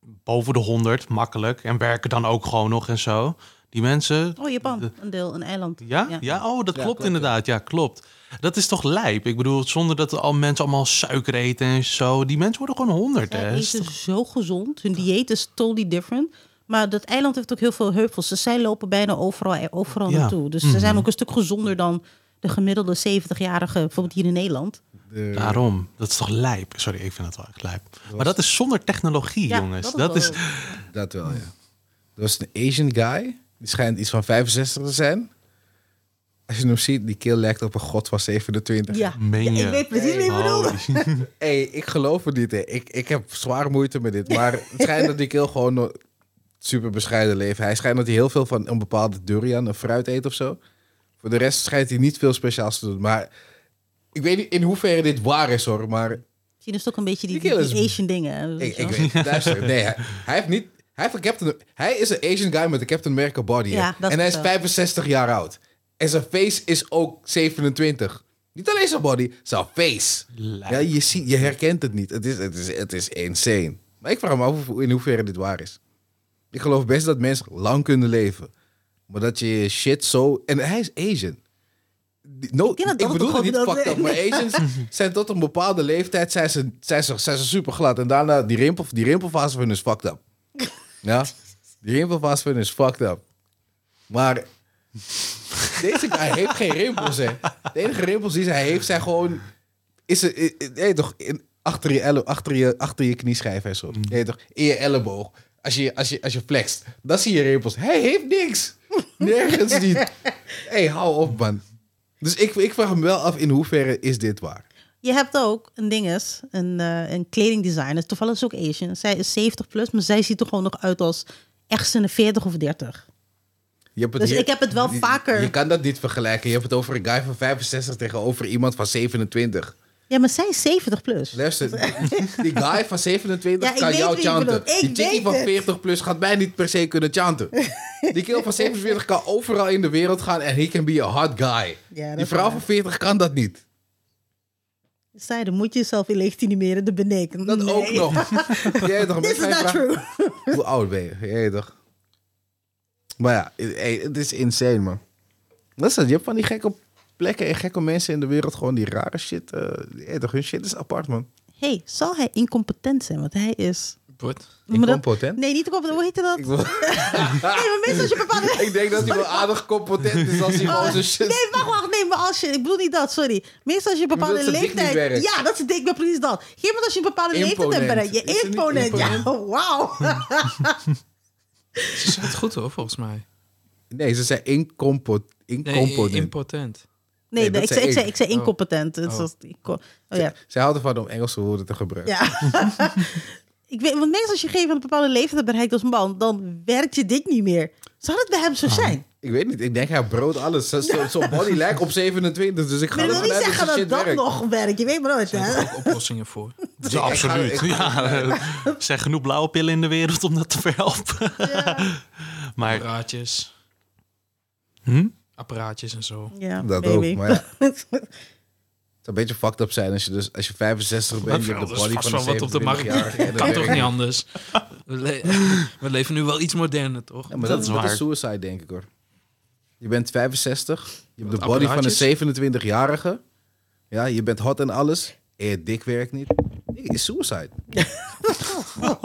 S2: boven de 100 makkelijk en werken dan ook gewoon nog en zo. Die mensen.
S1: Oh, Japan, een deel, een eiland.
S2: Ja? Ja, oh, dat klopt
S3: Ja, klopt,
S2: inderdaad. Ja, klopt. Dat is toch lijp? Ik bedoel, zonder dat al mensen allemaal suiker eten en zo. Die mensen worden gewoon 100.
S1: Zij
S2: hè. Is
S1: eten zo gezond. Hun dieet is totally different. Maar dat eiland heeft ook heel veel heuvels. Dus zij lopen bijna overal, overal
S2: Ja.
S1: naartoe. Dus ze zijn ook een stuk gezonder dan de gemiddelde 70-jarige, bijvoorbeeld hier in Nederland.
S3: De-
S2: Daarom. Dat is toch lijp? Sorry, ik vind dat wel echt lijp. Maar dat is zonder technologie,
S1: Ja, dat
S2: jongens.
S1: is
S2: Dat is,
S1: wel-
S3: Dat wel, ja. Er was een Asian guy. Die schijnt iets van 65 te zijn. Als je hem ziet, die keel lijkt op een god van 27.
S1: Ja,
S2: Meen
S1: Ja,
S2: je?
S1: ik weet precies
S2: Oh,
S1: wie je bedoelt.
S2: Holy
S3: Hey, ik geloof het niet. Hè. Ik, ik heb zwaar moeite met dit. Maar het schijnt dat die keel gewoon no- super bescheiden leeft. Hij schijnt dat hij heel veel van een bepaalde durian, een fruit eet of zo. Voor de rest schijnt hij niet veel speciaals te doen. Maar ik weet niet in hoeverre dit waar is hoor. Maar
S1: Misschien is het ook een beetje die,
S3: Die kerel
S1: die
S3: is-
S1: Asian dingen. weet
S3: ik,
S1: je
S3: ik
S1: wel.
S3: weet luister, nee, hij, hij heeft niet... Hij, heeft een Captain, hij is een Asian guy met een Captain America body. hè.
S1: Ja, dat
S3: en hij is
S1: is wel.
S3: 65 jaar oud. En zijn face is ook 27. Niet alleen zijn body, zijn face.
S2: Lijp.
S3: Ja, je, ziet, je herkent het niet. Het is, het, is, het is insane. Maar ik vraag me af hoe- in hoeverre dit waar is. Ik geloof best dat mensen lang kunnen leven. Maar dat je shit zo... En hij is Asian. Die- No, ik,
S1: denk dat dat
S3: bedoel
S1: ook
S3: het niet
S1: gewoon
S3: fucked
S1: dat-
S3: up, maar Asians zijn tot een bepaalde leeftijd zijn ze, zijn ze, zijn ze super glad. En daarna, die, rimpel, die rimpelfase van hun is fucked up. Ja? Die rimpelfase van hun is fucked up. Maar deze guy heeft geen rimpels, hè. De enige rimpels die hij heeft zijn gewoon... Is er, i- i- nee, toch, in, achter, je elle, achter, je, achter je knieschijf en zo. Nee, toch, in je elleboog. Als je, als, je, als je flext, dan zie je rimpels. Hij heeft niks. Nergens niet. hey, hou op, man. Dus ik, ik vraag me wel af in hoeverre is dit waar?
S1: Je hebt ook een dinges, een, eh een kledingdesigner. Toevallig is ook Asian. Zij is 70 plus, maar zij ziet er gewoon nog uit als echt zijn 40 of 30.
S3: Je hebt
S1: Dus ik heb het wel
S3: je-
S1: vaker.
S3: Je kan dat niet vergelijken. Je hebt het over een guy van 65 tegenover iemand van 27.
S1: Ja, maar zij is 70 plus.
S3: Luister, die- die guy van 27
S1: Ja, ik
S3: kan
S1: weet
S3: jou
S1: wie je
S3: chanten.
S1: bedoelt. Ik
S3: die chickie
S1: weet
S3: van
S1: het.
S3: 40 plus gaat mij niet per se kunnen chanten. Die kerel van 47 kan overal in de wereld gaan en he can be a hot guy.
S1: Ja, dat
S3: die
S1: is
S3: vrouw
S1: waar.
S3: van 40 kan dat niet.
S1: Zij, dan moet je jezelf legitimeren, dat ben ik.
S3: Dat
S1: Nee.
S3: ook nog. Jij toch,
S1: This
S3: mensen
S1: is not
S3: vragen,
S1: true.
S3: Hoe oud ben je? Jij toch? Maar ja, hey, het is insane, man. Dat is het. Je hebt van die gekke plekken en gekke mensen in de wereld gewoon die rare shit. eh hey, toch, hun shit is apart, man.
S1: hey, zal hij incompetent zijn? Want hij is...
S4: Wat?
S1: Maar dat-
S3: Incompetent?
S1: Nee, niet incompetent. Hoe heet dat?
S3: Ik wil- Ah.
S1: Nee, maar meestal als je bepaalde... Oh,
S3: Ik denk dat hij wel aardig competent is als hij gewoon zijn shit...
S1: Nee, wacht, wacht. Nee, maar als je... Ik bedoel niet dat, sorry. Meestal als je een bepaalde
S3: bedoelt dat het dik niet
S1: leeftijd...
S3: werkt.
S1: Ja, dat is het dik, maar precies dat. Geen moment als je een bepaalde leeftijd
S3: Imponent.
S1: hebt bereikt.
S3: Is
S1: Je
S3: het niet
S1: imponent. Ja, wauw.
S4: Ze zijn het goed hoor, volgens mij.
S3: Nee, ze zijn incompo-
S4: Nee,
S3: incompetent.
S4: impotent.
S1: Nee,
S3: Nee,
S1: nee,
S3: dat
S1: ik,
S3: zei
S1: zei, ik, zei, ik
S3: ik.
S1: zei
S4: Oh.
S1: incompetent. Het
S4: Oh.
S1: was- inco- oh ja.
S3: Zij houden van om Engelse woorden te gebruiken.
S1: Ja. ik weet, want meestal als je gegeven een bepaalde leeftijd bereikt als man, dan werkt je dik niet meer. Zou dat bij hem
S3: Ah,
S1: zo zijn?
S3: Ik weet niet, ik denk hij brood alles. Zo- zo- Zo'n body lijkt op 27, dus ik ga
S1: Maar dat
S3: ervan
S1: wil
S3: uit
S1: niet zeggen
S3: zijn
S1: dat
S3: shit
S1: dat
S3: werkt.
S1: nog werkt. Je weet maar nooit,
S4: Daar
S1: hè?
S4: hebben we ook oplossingen voor.
S2: Ja, absoluut.
S3: ik ga-
S2: ja, er zijn genoeg blauwe pillen in de wereld om dat te verhelpen. maar
S4: Apparaatjes.
S2: Hm?
S4: Apparaatjes en zo.
S1: Ja,
S3: Dat
S1: maybe.
S3: ook, maar ja. Het zou een beetje fucked up zijn als je, dus, als je 65
S4: Dat
S3: bent. Je hebt de
S4: is
S3: body
S4: vast
S3: van
S4: wel
S3: een
S4: wat op de markt.
S3: 27-jarige en dat
S4: Kan toch
S3: werkt
S4: niet anders? We, le- we leven nu wel iets moderner, toch?
S3: Ja,
S2: Dat
S3: maar dat,
S2: is
S3: is dat
S2: waar.
S3: is suicide, denk ik hoor. Je bent 65, je hebt de
S4: Wat,
S3: body
S4: apparaatjes?
S3: van een 27-jarige. Ja, je bent hot en alles. En je dik werkt niet. Dit is suicide.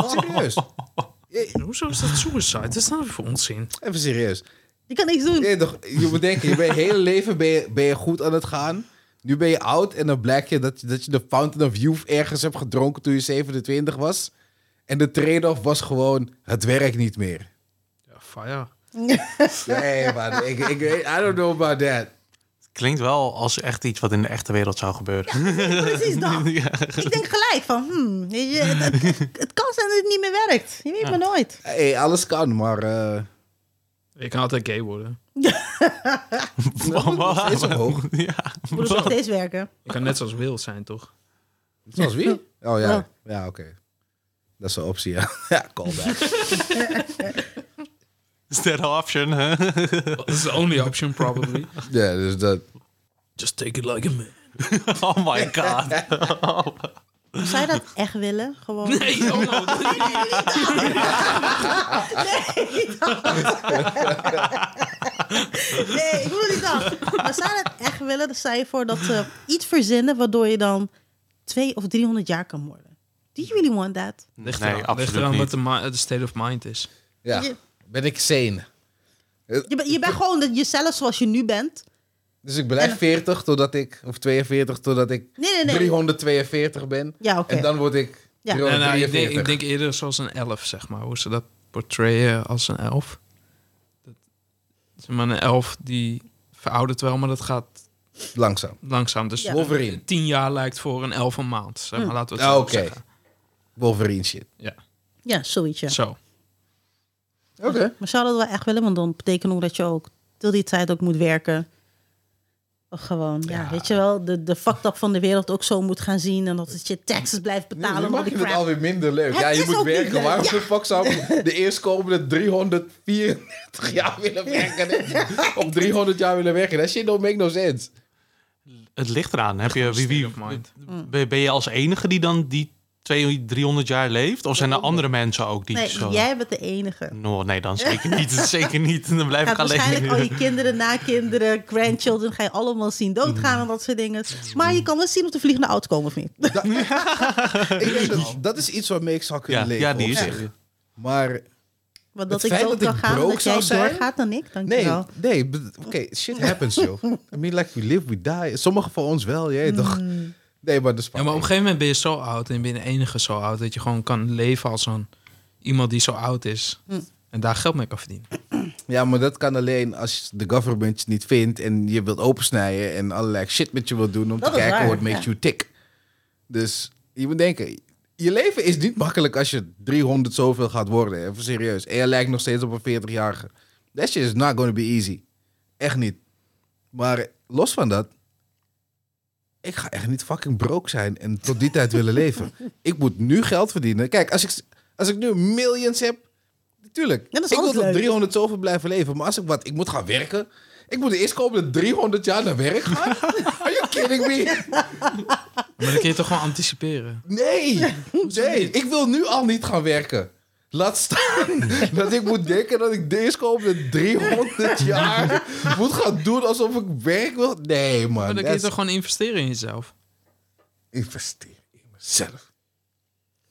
S3: serieus.
S4: Hoezo is dat suicide? Dat is nou voor onzin.
S3: Even serieus.
S1: Je kan niks doen.
S3: Je, toch, je moet denken, je bent je hele leven ben je, ben je goed aan het gaan. Nu ben je oud en dan blijkt je dat, dat je de Fountain of Youth ergens hebt gedronken toen je 27 was. En de trade-off was gewoon, het werkt niet meer.
S4: Ja, fire.
S3: Nee, man. Ik, ik, I don't know about that.
S2: klinkt wel als echt iets wat in de echte wereld zou gebeuren.
S1: Precies dat. Ik denk gelijk van, hmm, weet je, het, het- het kan zijn dat het niet meer werkt. Je weet maar nooit.
S3: Hey, alles kan, maar eh,
S4: Ik kan altijd gay worden.
S3: nog steeds omhoog.
S2: Ja.
S1: Ik moet nog steeds werken.
S4: Ik kan net zoals Will zijn, toch?
S3: Zoals wie? Oh
S1: Ja.
S3: ja, ja oké. Dat is een optie, ja. ja, callback.
S2: Is that an option? hè?
S4: That's the only option, probably.
S3: ja, dus dat...
S4: Just take it like a man.
S2: Oh my god.
S1: Zou je dat echt willen? Gewoon. Nee,
S4: Hey, oh no.
S1: ik bedoel niet dat. Maar zou je dat echt willen? Dan zou je voor dat eh, iets verzinnen waardoor je dan twee of 300 jaar kan worden. Do you really want that?
S4: Ligt
S2: Nee,
S4: eraan, ligt
S2: absoluut
S4: eraan wat
S2: niet.
S4: de, ma- de state of mind is.
S3: Ja,
S1: Je-
S3: ben ik
S1: Je,
S3: sane.
S1: bent- je bent gewoon dat- jezelf zoals je nu bent.
S3: Dus ik blijf 40 totdat ik... Of 42 totdat ik
S1: Nee, nee, nee.
S3: 342 ben.
S1: Ja, oké.
S3: En dan word ik
S1: Ja.
S4: Nee, nee, eh, ik,
S3: 343.
S4: denk, ik denk eerder zoals een elf, zeg maar. Hoe ze dat portrayen als een elf. Dat, zeg maar, een elf die veroudert wel, maar dat gaat
S3: Langzaam.
S4: langzaam. Dus
S1: Ja. Hm.
S3: Wolverine.
S4: tien jaar lijkt voor een elf een maand. Zeg maar, laten we het
S3: Ah,
S4: zo
S3: oké.
S4: zeggen.
S3: Wolverine shit.
S4: Ja,
S1: Ja, zoiets. Ja.
S4: zo.
S3: Oké.
S1: Maar zou je dat wel echt willen? Want dan betekent ook dat je ook til die tijd ook moet werken. Of gewoon, ja, weet je wel, de, de fucked up van de wereld ook zo moet gaan zien. En dat het je taxes blijft
S3: Nu
S1: betalen.
S3: maak
S1: al die
S3: je het
S1: crap.
S3: alweer minder leuk.
S1: Het
S3: ja, je
S1: is ook niet
S3: moet
S1: leuk.
S3: werken. Waarom
S1: Ja.
S3: de fuck zou ik de eerstkomende 334 jaar willen werken? Op 300 jaar willen werken. Dat shit don't make no sense.
S2: Het ligt eraan. Heb je, wie,
S4: State
S2: wie,
S4: of mind.
S2: ben ben je als enige die dan die 200, 300 jaar leeft? Of zijn er andere mensen ook die
S1: Nee,
S2: zo...
S1: jij bent de enige.
S2: No, nee, dan zeker niet. zeker niet. Dan blijf
S1: Gaat
S2: ik
S1: waarschijnlijk al
S2: alleen.
S1: je kinderen, nakinderen, grandchildren, ga je allemaal zien doodgaan en dat soort dingen. Maar je kan wel zien of de vliegende auto komen of niet.
S3: Ik denk dat, dat is iets waarmee ik zou kunnen
S2: Ja,
S3: leven.
S2: ja, die
S3: op
S2: is
S3: zich.
S2: er.
S3: Maar
S1: Want dat
S3: Het
S1: ik
S3: feit
S1: dood
S3: dat
S1: kan
S3: ik
S1: gaan, en
S3: broke
S1: dat jij
S3: zou zijn?
S1: doorgaat dan ik,
S3: nee,
S1: dankjewel.
S3: nee b- oké, shit happens, joh. I mean, like we live, we die. Sommigen van ons wel, jij toch?
S1: Hmm.
S3: Nee, maar dat is
S4: Ja, maar op een gegeven moment ben je zo oud en ben je de enige zo oud dat je gewoon kan leven als een iemand die zo oud is
S1: Hm.
S4: en daar geld mee kan verdienen.
S3: Ja, maar dat kan alleen als de government je niet vindt en je wilt opensnijden en allerlei shit met je wilt doen om
S1: Dat
S3: te
S1: is
S3: kijken
S1: waar,
S3: what makes
S1: ja.
S3: you tick. Dus je moet denken, je leven is niet makkelijk als je 300 zoveel gaat worden, even serieus. En je lijkt nog steeds op een 40-jarige. That shit is not going to be easy. Echt niet. Maar los van dat, ik ga echt niet fucking broke zijn en tot die tijd willen leven. Ik moet nu geld verdienen. Kijk, als ik, als ik nu millions heb, natuurlijk.
S1: Ja, dat is
S3: ik wil
S1: altijd
S3: tot
S1: leuk.
S3: 300 zoveel blijven leven. Maar als ik wat, ik moet gaan werken. Ik moet eerst komende 300 jaar naar werk gaan. Are you kidding me?
S4: Maar dan kun je toch gewoon anticiperen.
S3: Nee, nee, ik wil nu al niet gaan werken. Laat staan dat ik moet denken dat ik deze komende 300 jaar moet gaan doen alsof ik werk wil. Nee,
S4: Maar
S3: man.
S4: dan kun je
S3: Dat
S4: toch
S3: is
S4: gewoon investeren in jezelf.
S3: investeren in mezelf.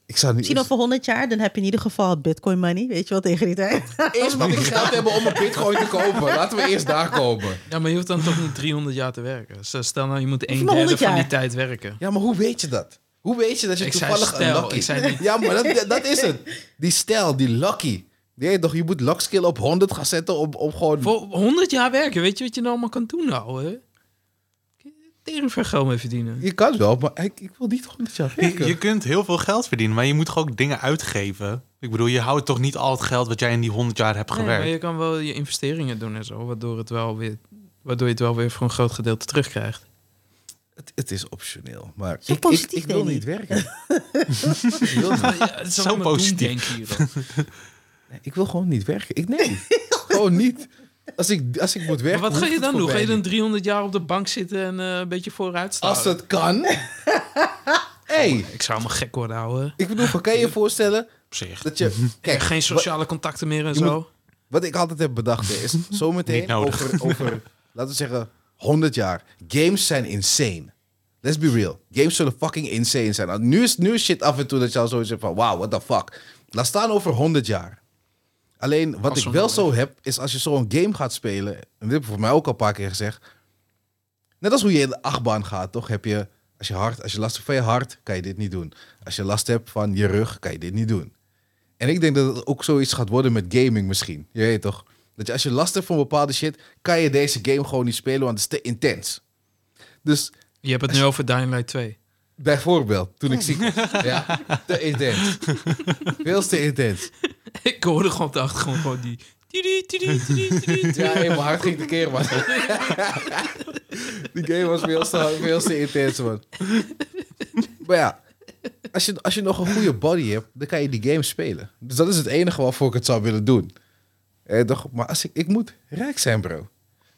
S3: Ik zou nu
S1: Misschien
S3: eerst,
S1: over 100 jaar, dan heb je in ieder geval bitcoin money. Weet je wel, tegen die tijd.
S3: eerst moet ik geld hebben om een bitcoin te kopen. Laten we eerst daar komen.
S4: Ja, maar je hoeft dan toch niet 300 jaar te werken. Stel- Stel nou, je moet een
S1: maar
S4: derde
S1: 100
S4: van die
S1: jaar.
S4: tijd werken.
S3: Ja, maar hoe weet je dat? Hoe weet je dat je
S4: Ik zei
S3: toevallig een
S4: stijl,
S3: lucky...
S4: ik zei niet-
S3: Ja, maar dat, dat is het. Die stijl, die lucky. Nee, toch, je moet luckskill op 100 gaan zetten om, om gewoon...
S4: Voor 100 jaar werken, weet je wat je nou allemaal kan doen nou? Hè? Kun je Tering veel geld mee verdienen.
S3: Je kan wel, maar ik, ik wil niet 100 jaar
S2: Je,
S3: werken.
S2: je kunt heel veel geld verdienen, maar je moet toch ook dingen uitgeven. Ik bedoel, je houdt toch niet al het geld wat jij in die 100 jaar hebt
S4: Nee, maar
S2: gewerkt.
S4: je kan wel je investeringen doen en zo, waardoor, het wel weer, waardoor je het wel weer voor een groot gedeelte terugkrijgt.
S3: Het, het is optioneel, maar
S1: Zo
S3: ik, ik,
S1: positief,
S3: ik wil
S1: Danny.
S3: niet werken. ik, wil,
S4: Ja, het is
S2: Zo
S4: allemaal
S2: positief.
S4: doemdenken hier, hoor.
S3: ik wil gewoon niet werken. Ik, nee, gewoon niet. Als ik, als ik moet werken...
S4: Maar wat ga
S3: hoeft
S4: je
S3: het
S4: dan
S3: voor
S4: doen? Ga
S3: mij
S4: je dan
S3: niet.
S4: 300 jaar op de bank zitten en eh, een beetje vooruit staan?
S3: Als het kan. hey,
S4: Ik zou me gek worden, houden.
S3: ik bedoel, van, kan je je voorstellen
S2: Op zich.
S3: dat je... Kijk,
S4: Geen sociale contacten meer en
S3: je moet-
S4: zo.
S3: Wat ik altijd heb bedacht is,
S2: Niet
S3: zometeen
S2: nodig.
S3: over, over, laten we zeggen, 100 jaar. Games zijn insane. Let's be real. Games zullen fucking insane zijn. Nou, Nu is, nu is shit af en toe dat je al zoiets hebt van, wow, what the fuck. Laat staan over 100 jaar. Alleen, wat
S4: Als
S3: ik
S4: we
S3: wel
S4: nog
S3: zo heb, is als je zo'n game gaat spelen, en dit heb ik voor mij ook al een paar keer gezegd, net als hoe je in de achtbaan gaat, toch heb je, als je, hard, als je last hebt van je hart, kan je dit niet doen. Als je last hebt van je rug, kan je dit niet doen. En ik denk dat het ook zoiets gaat worden met gaming misschien. Je weet toch? Dat je, als je last hebt van bepaalde shit, kan je deze game gewoon niet spelen, want het is te intens. Dus
S4: Je hebt het nu over Dying Light 2.
S3: bijvoorbeeld, toen ik ziek was. Ja, te intens. Veel te intens.
S4: ik hoorde gewoon op de achtergrond gewoon die... tiri, tiri, tiri, tiri, tiri.
S3: Ja, helemaal hard ging de keer, man. Die game was veel te, veel te intens, man. Maar ja, als je, als je nog een goede body hebt, dan kan je die game spelen. Dus dat is het enige waarvoor ik het zou willen doen. Eh, toch, maar als ik, ik moet rijk zijn, bro.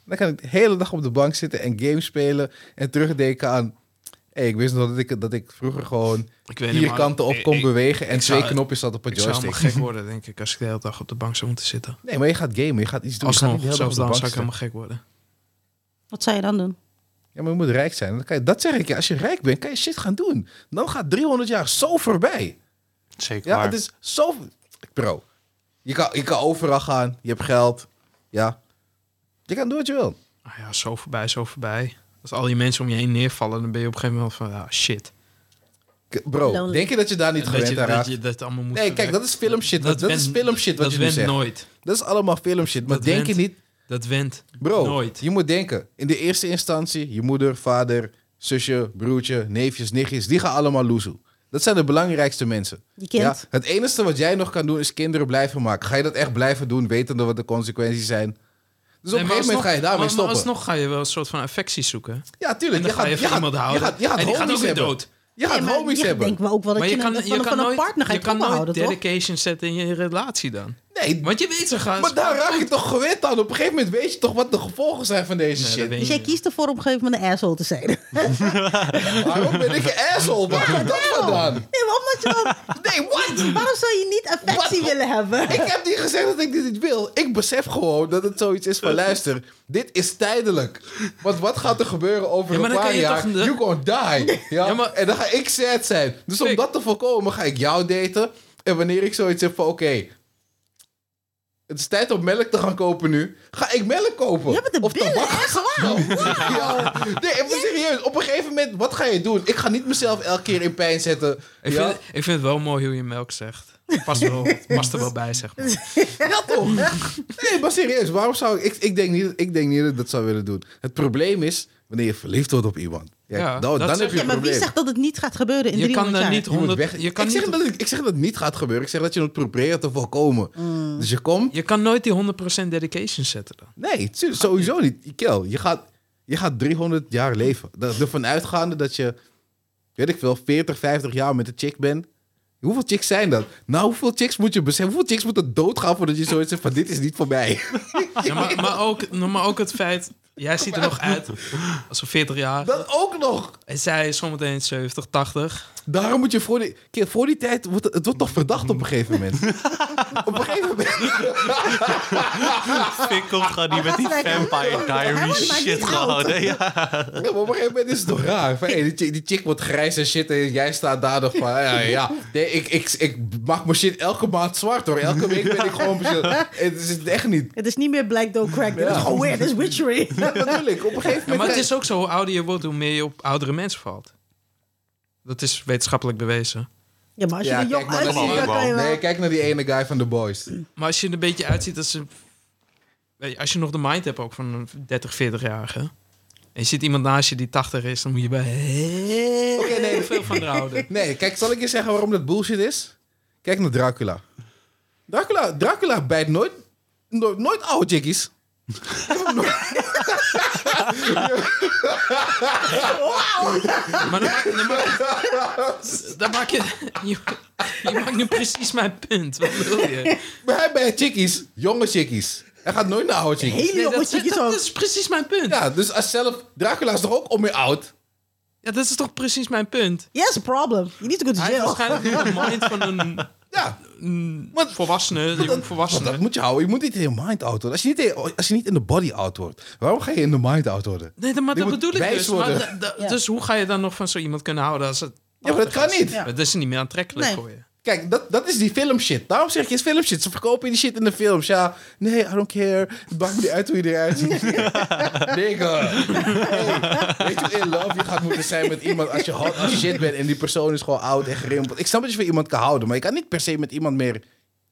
S3: Dan kan ik de hele dag op de bank zitten en games spelen en terugdenken aan... Hey, ik wist nog dat ik, dat ik vroeger gewoon
S4: Ik weet niet,
S3: vier
S4: maar
S3: kanten op
S4: ik-
S3: kon
S4: ik-
S3: bewegen en
S4: ik
S3: twee
S4: zou-
S3: knopjes zat op een
S4: Ik zou helemaal
S3: joystick.
S4: gek worden, denk ik, als ik de hele dag op de bank zou moeten zitten.
S3: Nee, maar je gaat gamen, je gaat iets doen. Je gaat niet de hele dag
S4: Alsnog,
S3: op
S4: zelfs
S3: de
S4: dan
S3: bank
S4: zou ik
S3: zitten.
S4: helemaal gek worden.
S1: Wat zou je dan doen?
S3: Ja, maar je moet rijk zijn. Dan kan je, dat zeg ik je. Als je rijk bent, kan je shit gaan doen. Dan gaat 300 jaar zo voorbij.
S2: Zeker
S3: Ja,
S2: waar.
S3: het is zo... Bro, je kan, je kan overal gaan. Je hebt geld. Ja. Je kan doen wat je wil.
S4: Ah ja, zo voorbij, zo voorbij. Als al die mensen om je heen neervallen, dan ben je op een gegeven moment van, ah, shit.
S3: K- Bro,
S1: Lonely.
S3: denk je dat je daar niet
S4: dat,
S3: gewend
S4: je,
S3: aan
S4: dat
S3: raakt?
S4: je dat allemaal moet
S3: Nee, kijk,
S4: verwerken.
S3: dat is filmshit. Dat, dat, is
S4: went-
S3: filmshit wat
S4: dat
S3: je nu
S4: went
S3: zegt.
S4: nooit.
S3: Dat is allemaal filmshit. Maar
S4: Dat
S3: denk je
S4: went-
S3: niet...
S4: Dat went
S3: Bro,
S4: nooit.
S3: je moet denken. In de eerste instantie, je moeder, vader, zusje, broertje, neefjes, nichtjes. Die gaan allemaal loezoe. Dat zijn de belangrijkste mensen.
S1: Je kind?
S3: Ja, het enige wat jij nog kan doen is kinderen blijven maken. Ga je dat echt blijven doen, wetende wat de consequenties zijn? Dus op
S4: Nee,
S3: een
S4: maar
S3: gegeven moment
S4: alsnog-
S3: ga je daarmee
S4: maar-
S3: stoppen.
S4: Maar alsnog ga je wel een soort van affectie zoeken.
S3: ja,
S4: En
S3: tuurlijk.
S4: dan ga je van iemand houden.
S3: Je gaat, je gaat
S4: en die gaat
S3: homies
S4: ook weer
S3: hebben.
S4: dood.
S3: Je gaat
S1: Nee, maar
S3: homies
S1: ik
S3: hebben.
S1: denk wel ook wel dat
S4: Maar
S1: je,
S4: je kan,
S1: een,
S4: je
S1: van,
S4: kan
S1: van een
S4: nooit,
S1: partner ga je,
S4: je kan
S1: toch wel
S4: nooit
S1: houden, toch?
S4: dedication zetten in je relatie dan.
S3: Nee,
S4: Want je weet ze gaan...
S3: maar daar raak je toch gewend aan. Op een gegeven moment weet je toch wat de gevolgen zijn van deze
S4: Nee, dat
S3: shit.
S4: weet
S1: Dus jij kiest ervoor om op een gegeven moment een asshole te zijn. Nee,
S3: Waarom ben ik een asshole? Waar komt dat vandaan?
S1: maar omdat je dan...
S3: Nee, what?
S1: Waarom zou je niet affectie willen hebben?
S3: Ik heb niet gezegd dat ik dit niet wil. Ik besef gewoon dat het zoiets is van... luister, dit is tijdelijk. Want wat gaat er gebeuren over
S4: Ja, maar
S3: een
S4: dan
S3: paar
S4: kan je
S3: jaar?
S4: toch de-
S3: You gonna die. Ja?
S4: Ja, maar-
S3: En dan ga ik sad zijn. Dus om
S4: Kijk.
S3: dat te voorkomen ga ik jou daten. En wanneer ik zoiets heb van... oké, het is tijd om melk te gaan kopen nu. Ga ik melk kopen?
S1: Je hebt de
S3: of
S1: billen,
S3: tabak?
S1: echt waar.
S3: Ja. Nee, even serieus. Op een gegeven moment, wat ga je doen? Ik ga niet mezelf elke keer in pijn zetten.
S4: Ik,
S3: ja?
S4: vind, ik vind het wel mooi hoe je melk zegt. Past, wel, past er wel bij, zeg maar.
S3: Ja, toch? Nee, maar serieus, waarom zou ik... Ik, ik, denk niet, ik denk niet dat ik dat zou willen doen. Het probleem is wanneer je verliefd wordt op iemand. Ja,
S4: Ja,
S3: dan,
S4: dat
S3: dan
S4: zeg
S3: heb je
S1: Ja,
S3: een
S1: maar wie
S3: probleem.
S1: zegt dat het niet gaat gebeuren in
S4: Je kan
S1: 300
S4: daar
S1: jaar?
S4: niet
S3: Je moet weg.
S4: 100... Je kan,
S3: ik, zeg
S4: niet,
S3: dat ik, ik zeg dat het niet gaat gebeuren. Ik zeg dat je het probeert te voorkomen.
S4: Mm.
S3: Dus je komt...
S4: je kan nooit die 100% dedication zetten dan.
S3: Nee,
S4: Ah,
S3: tu- sowieso niet. Kel, je gaat, je gaat 300 jaar leven. Da- Ervan uitgaande dat je, weet ik veel, 40, 50 jaar met een chick bent. Hoeveel chicks zijn dat? Nou, hoeveel chicks moet je beseffen? Hoeveel chicks moeten doodgaan voordat je zoiets zegt van dit is niet voor mij?
S4: Ja, maar, maar, ook, maar ook het feit... Jij ziet er nog uit als een 40 jaar.
S3: Dat ook nog.
S4: En zij is zometeen 70, 80.
S3: Daarom moet je voor die, Kijk, voor die tijd, wordt het, het wordt toch verdacht op een gegeven moment. op een gegeven moment.
S2: Fikkel gaat niet met die
S1: Hij gaat
S2: Vampire
S1: lekker. Hij
S2: Diary
S1: wordt maar
S2: shit
S1: niet
S2: gehouden. Ja.
S3: Ja, maar op een gegeven moment is het toch raar. Van, hey, die, chick, die chick wordt grijs en shit. En jij staat daar nog van. Ja, ja. Nee, ik, ik, ik maak mijn shit elke maand zwart hoor. Elke week ben ik gewoon. bezig. Het is het echt niet.
S1: Het is niet meer Black Don't Crack. Dit is
S3: Ja.
S1: gewoon weird. Dit is witchery.
S3: Ja, natuurlijk. Op een gegeven
S4: Ja,
S3: moment.
S4: maar het is ook zo, hoe ouder je wordt, hoe meer je op oudere mensen valt. Dat is wetenschappelijk bewezen.
S1: Ja, maar als je
S3: Ja,
S1: er jong
S3: kijk, maar dat
S1: uitziet,
S2: is-
S1: dan kan je Eh. wel...
S3: Nee, kijk naar die ene guy van The Boys.
S4: Maar als je er een beetje uitziet als een... Weet je, Als je nog de mind hebt ook van een 30, 40-jarige... en je ziet iemand naast je die 80 is... dan moet je bij heel
S3: Oké, nee.
S4: veel van haar houden.
S3: Nee, kijk, zal ik je zeggen waarom dat bullshit is? Kijk naar Dracula. Dracula, Dracula bijt nooit, no- nooit oude chickies.
S4: Maar dan, maak- dan, maak- dan maak je... Je, je maakt nu precies mijn punt. Wat wil je?
S3: Maar hij bijt chickies, jonge chickies. Hij gaat nooit naar oude chickies.
S1: Hele jonge
S4: dat,
S1: chickies
S4: dat
S1: ook.
S4: is precies mijn punt.
S3: Ja, dus als zelf... Dracula is toch ook om je oud?
S4: Ja, dat is toch precies mijn punt.
S1: Yes, a problem. You need to go to
S4: Hij heeft
S1: jail.
S4: waarschijnlijk niet de mind van een,
S3: Ja,
S4: een volwassene, een
S3: want
S4: jong
S3: dat
S4: volwassene.
S3: moet je houden. Je moet niet in je mind oud worden. Als je niet, als je niet in de body oud wordt, waarom ga je in de mind oud worden?
S4: Nee, maar
S3: Die
S4: dat
S3: moet
S4: bedoel ik
S3: wijs
S4: dus. Maar
S3: worden.
S4: da- da-
S1: Ja.
S4: Dus hoe ga je dan nog van zo iemand kunnen houden als het...
S3: Ja, maar dat kan niet.
S1: Ja.
S4: Dat is niet meer aantrekkelijk
S1: Nee.
S4: voor je.
S3: Kijk, dat, dat is die filmshit. Daarom zeg ik, het is filmshit. Ze verkopen die shit in de films. Ja, nee, I don't care. Het maakt me niet uit hoe je eruit ziet. Nigga. Hey, weet je hoe in love je gaat moeten zijn met iemand als je hot als shit bent en die persoon is gewoon oud en gerimpeld. Ik snap dat je van iemand kan houden, maar je kan niet per se met iemand meer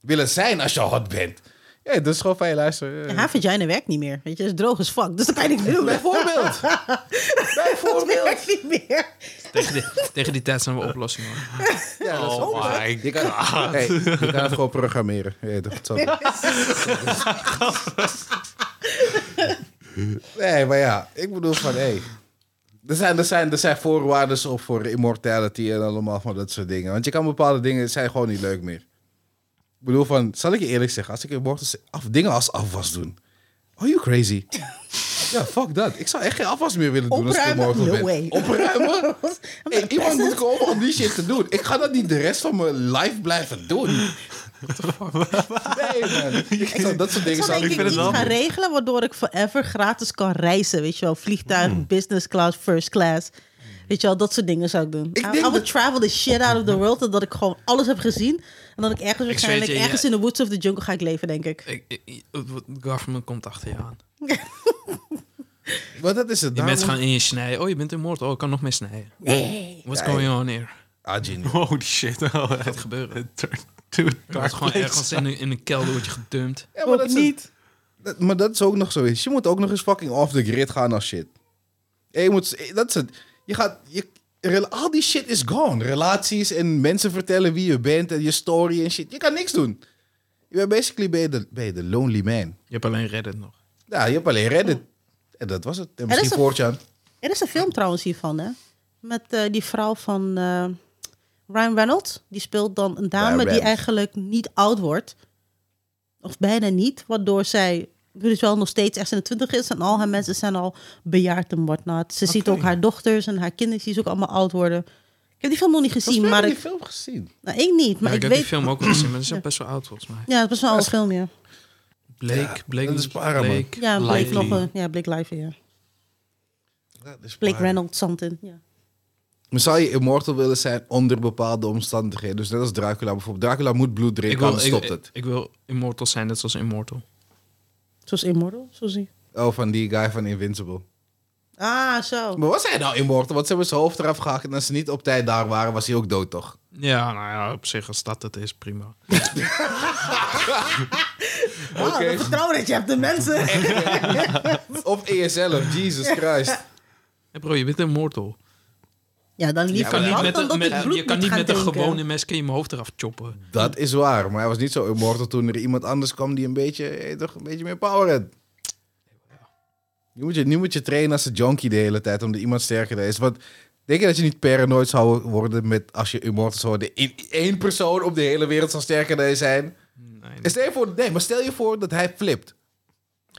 S3: willen zijn als je hot bent. Ja, dat is gewoon van je luisteren.
S1: En haar vagina werkt niet meer. Weet je, is droog als fuck. Dus dan kan je niks doen.
S3: Bijvoorbeeld.
S1: Dat
S3: Bijvoorbeeld.
S1: werkt niet meer.
S4: Tegen die, tegen die tijd zijn we oplossingen. hoor.
S3: Ja, dat is
S2: Oh my
S3: Je kan, hey, je kan het gewoon programmeren. Ja, dat zal wel. nee, maar ja, ik bedoel van hé. er, zijn, er, zijn, er zijn voorwaarden op voor immortality en allemaal van dat soort dingen. Want je kan bepaalde dingen zijn gewoon niet leuk meer. Ik bedoel van, zal ik je eerlijk zeggen, als ik immortals af, dingen als afwas doen. Are you crazy? ja, fuck dat. Ik zou echt geen afwas meer willen doen
S1: Opruimen?
S3: als ik immortal
S1: No
S3: ben.
S1: way.
S3: Opruimen? Hey,
S1: Maar
S3: iemand moet
S1: peasant?
S3: komen om die shit te doen. Ik ga dat niet de rest van mijn life blijven doen. Nee, man. Ik zou- dat soort dingen
S1: Ik
S3: zou
S1: zal denk
S3: ik
S2: vind
S1: ik
S2: het
S1: iets
S2: wel
S1: gaan
S2: goed.
S1: regelen waardoor ik forever gratis kan reizen. Weet je wel, vliegtuig,
S3: Hmm.
S1: business class, first class. Weet je wel, dat soort dingen zou ik doen. I,
S3: denk
S1: I would
S3: dat-
S1: travel the shit out of the world. Totdat ik gewoon alles heb gezien. En dat ik ergens waarschijnlijk
S4: je, ja.
S1: ergens in de woods of the jungle ga ik leven, denk ik.
S4: Ik, ik- ik- het government komt achter je aan.
S3: Maar dat is het.
S4: Die mensen
S3: daarom-
S4: gaan in je snijden. Oh, je bent immortal. Oh, ik kan nog meer snijden.
S1: Nee.
S4: What's going on here?
S3: Ah, genie.
S2: Holy shit. Oh,
S4: Gaat gebeuren.
S2: turn to
S4: Je wordt gewoon
S2: place.
S4: ergens in, een- in een kelder wordt je gedumpt.
S3: Ja, maar
S1: Ook
S3: dat is het.
S1: niet.
S3: Dat- maar dat is ook nog zoiets. Je moet ook nog eens fucking off the grid gaan als shit. En je moet, eh, dat is het. Je gaat, je, rel- al die shit is gone. Relaties en mensen vertellen wie je bent en je story en shit. Je kan niks doen. Je bent basically ben je de, ben je de lonely man.
S4: Je hebt alleen Reddit nog.
S3: Ja, je hebt alleen Reddit. En dat was het. En
S1: dat is
S3: misschien
S1: een-
S3: Voortjan.
S1: Er is een film trouwens hiervan, hè? Met eh, die vrouw van eh, Ryan Reynolds. Die speelt dan een dame die
S3: Reynolds.
S1: eigenlijk niet oud wordt. Of bijna niet. Waardoor zij dus wel nog steeds echt in de twintig is. En al haar mensen zijn al bejaard en whatnot. Ze ziet ook haar dochters en haar kinderen. Die ze ook allemaal oud worden. Ik heb die film nog niet
S3: Volgens
S1: gezien.
S3: mij
S1: Maar
S3: heb ik
S1: ik,
S3: die film gezien.
S1: nou, ik niet. Maar
S4: Maar ik,
S1: ik,
S4: heb
S1: weet...
S4: die film ook wel gezien, maar die is al best wel oud volgens mij.
S1: Ja, het was wel een oude film, ja.
S4: Blake, Blake,
S3: dat is Paramount.
S4: Blake.
S1: Ja, Blake,
S2: Lively.
S1: nog een, ja, Blake Lively, ja.
S3: Dat is
S1: Blake
S3: waar.
S1: Reynolds, something. Ja.
S3: Maar zou je immortal willen zijn onder bepaalde omstandigheden? Dus net als Dracula bijvoorbeeld. Dracula moet bloed drinken, anders
S4: ik,
S3: stopt het.
S4: ik wil immortal zijn, net zoals Immortal.
S1: Zoals Immortal, zo zie
S3: Oh, van die guy van Invincible.
S1: Ah, zo.
S3: Maar was hij nou immortal? Want ze hebben zijn hoofd eraf gehakt en als ze niet op tijd daar waren, was hij ook dood toch?
S4: Ja, nou ja, op zich als dat het is, prima.
S1: Wow, dat vertrouwen Ah, dat je hebt de mensen.
S3: Of ESL, of Jesus Christ.
S4: Hey bro, je bent immortal.
S1: Ja, dan
S4: Je
S1: liever
S4: kan niet
S1: dat
S4: met,
S1: dan
S4: een-
S1: dat
S4: met-
S1: het bloed
S4: je kan niet
S1: gaan
S4: met een
S1: drinken.
S4: gewone mes kun je mijn hoofd eraf choppen.
S3: Dat is waar, maar hij was niet zo immortal toen er iemand anders kwam die een beetje, eh, toch, een beetje meer power had. Nu moet, je, nu moet je trainen als een junkie de hele tijd, omdat iemand sterker is. Want denk je dat je niet paranoid zou worden met, als je immortal zou worden? In, één persoon op de hele wereld zou sterker dan je zijn?
S4: Nee,
S3: En stel je voor, nee, maar stel je voor dat hij flipt.